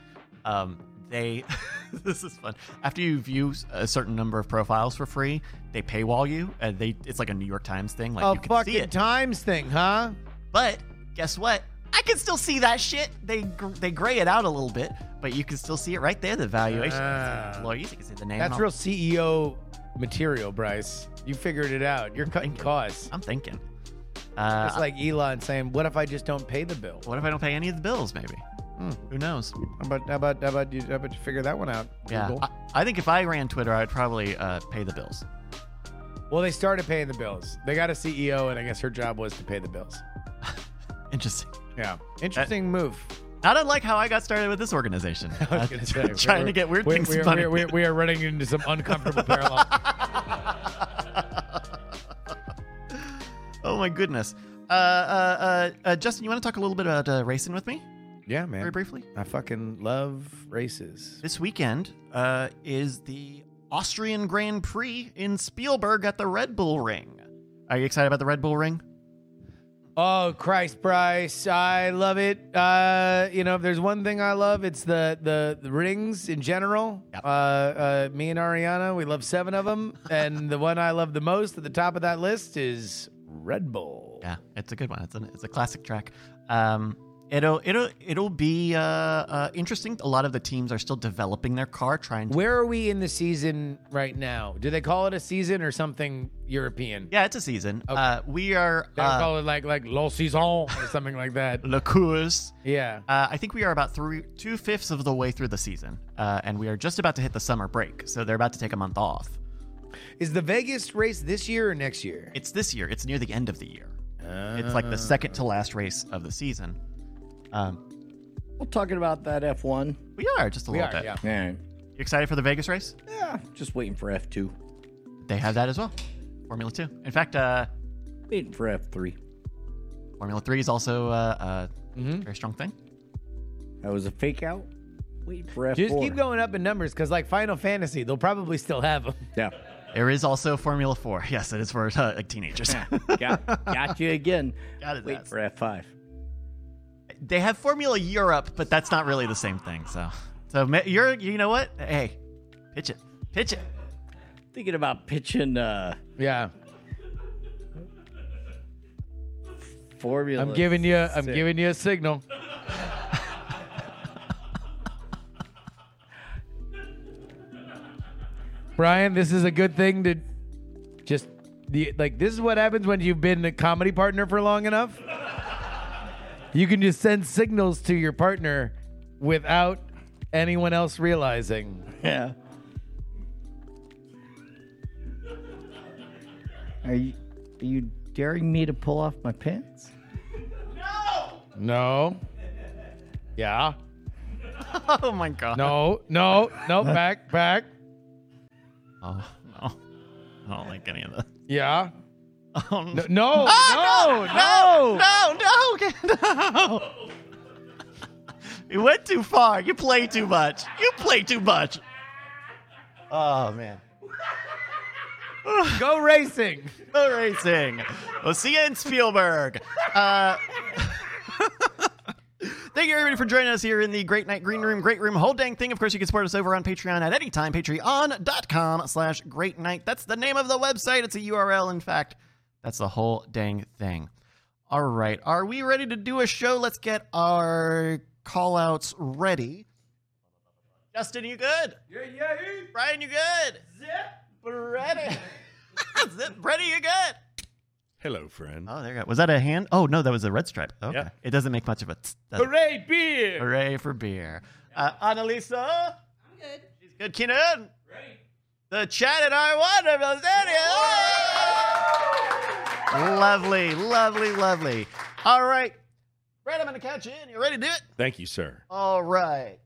D: um, they [laughs] this is fun. After you view a certain number of profiles for free, they paywall you, and they it's like a New York Times thing. Like
B: Oh,
D: you can see
B: fucking
D: it,
B: times thing, huh?
D: but guess what? I can still see that shit. They gr- they gray it out a little bit, but you can still see it right there. The valuation, You can
B: Ah.
D: see employees, you can see the name. and
B: That's
D: all-
B: real CEO material, Bryce. You figured it out. You're cutting costs.
D: I'm thinking. Uh,
B: It's like Elon saying, "What if I just don't pay the bill?"
D: What if I don't pay any of the bills? Maybe.
B: Hmm.
D: Who knows?
B: How about how about how about you, how about you figure that one out?
D: Yeah.
B: Google?
D: I, I think if I ran Twitter, I'd probably uh, pay the bills.
B: Well, they started paying the bills. They got a CEO, and I guess her job was to pay the bills.
D: Interesting.
B: Yeah, interesting
D: Uh,
B: move.
D: Not unlike how I got started with this organization.
B: [laughs]
D: [laughs] Uh,
B: I was gonna say,
D: trying to
B: we're-
D: get weird
B: we're-
D: things
B: we're-
D: funded.
B: we're- we're- we are running into some
D: [laughs]
B: uncomfortable parallels.
D: oh my goodness. Uh, uh, uh, uh, Justin, you want to talk a little bit about uh, racing with me,
B: yeah,
D: very
B: man.
D: briefly?
B: I fucking love races.
D: This weekend uh, is the Austrian Grand Prix in Spielberg at the Red Bull Ring. Are you excited about the Red Bull Ring?
B: Oh Christ, Bryce, I love it. Uh, you know, if there's one thing I love, it's the the, the rings in general.
D: Yep.
B: Uh, uh, me and Ariana, we love seven of
D: [laughs]
B: them, and the one I love the most at the top of that list is Red Bull.
D: Yeah, it's a good one. It's a it's a classic track. Um, it'll it'll it'll be uh, uh, interesting. A lot of the teams are still developing their car, trying. to...
B: Where are we in the season right now? Do they call it a season or something European?
D: Yeah, it's a season. Uh, we are
B: They'll
D: uh,
B: call it like like La Saison or something like that.
D: Le Course.
B: Yeah.
D: Uh, I think we are about three two fifths of the way through the season, uh, and we are just about to hit the summer break. So they're about to take a month off.
B: Is the Vegas race this year or next year?
D: It's this year. It's near the end of the year. It's like the second to last race of the season. Um,
A: We're talking about that F1.
D: we are just a
B: We
D: little
B: are,
D: bit.
B: yeah.
A: Yeah.
D: You excited for the Vegas race?
A: Yeah. Just waiting for F2.
D: They have that as well. Formula Two. In fact, uh,
A: Waiting for F3.
D: Formula Three is also uh, a
A: Mm-hmm.
D: very strong thing.
A: That was a fake out. Waiting for F4.
B: Just keep going up in numbers because, like Final Fantasy, they'll probably still have them.
A: Yeah.
D: There is also Formula Four. [laughs] Yes, it is for uh, like teenagers. [laughs]
A: Got, got you again.
D: Got his
A: Wait
D: ass.
A: for F5.
D: they have Formula Europe, but that's not really the same thing. So, so ma- you're you know what? Hey, pitch it, pitch it.
A: Thinking about pitching uh,
B: Yeah,
A: Formula.
B: I'm giving you, I'm
A: Six.
B: giving you a signal. [laughs] Brian, this is a good thing to just the like. This is what happens when you've been a comedy partner for long enough. You can just send signals to your partner without anyone else realizing.
A: Yeah. Are you, are you daring me to pull off my pants?
B: No. [laughs] Yeah.
D: Oh my god.
B: No, no, no, back, back.
D: Oh no. I don't like any of that.
B: Yeah.
D: Oh no.
B: No, [laughs] no, Um, Ah, no,
A: Oh.
B: no.
D: No, no, okay, [laughs] no. You went too far. You play too much. You play too much. Oh man.
B: Go racing.
D: Go racing. We'll see you in Spielberg. Uh, [laughs] Thank you everybody for joining us here in the Great Night Green Room, Great Room, whole dang thing. Of course, you can support us over on Patreon at any time, patreon.com slash great night. That's the name of the website. It's a URL, in fact. That's the whole dang thing. All right. Are we ready to do a show? Let's get our call outs ready. Justin, you good? Yeah, yeah. Brian, you good? Zip ready. Zip [laughs] ready, you good?
C: Hello, friend.
D: Oh, there you go. Was that a hand? Oh no, that was a red stripe. Okay.
C: Yeah.
D: It doesn't make much of a. Tss, does it?
B: Hooray, beer.
D: Hooray for beer. Uh, Annalisa. I'm good. She's Good, Keenan. The chat at I Wonder Stadium. Lovely, lovely, lovely. All right. Brad, I'm going to catch you in. You ready to do it?
C: Thank you, sir.
D: All right.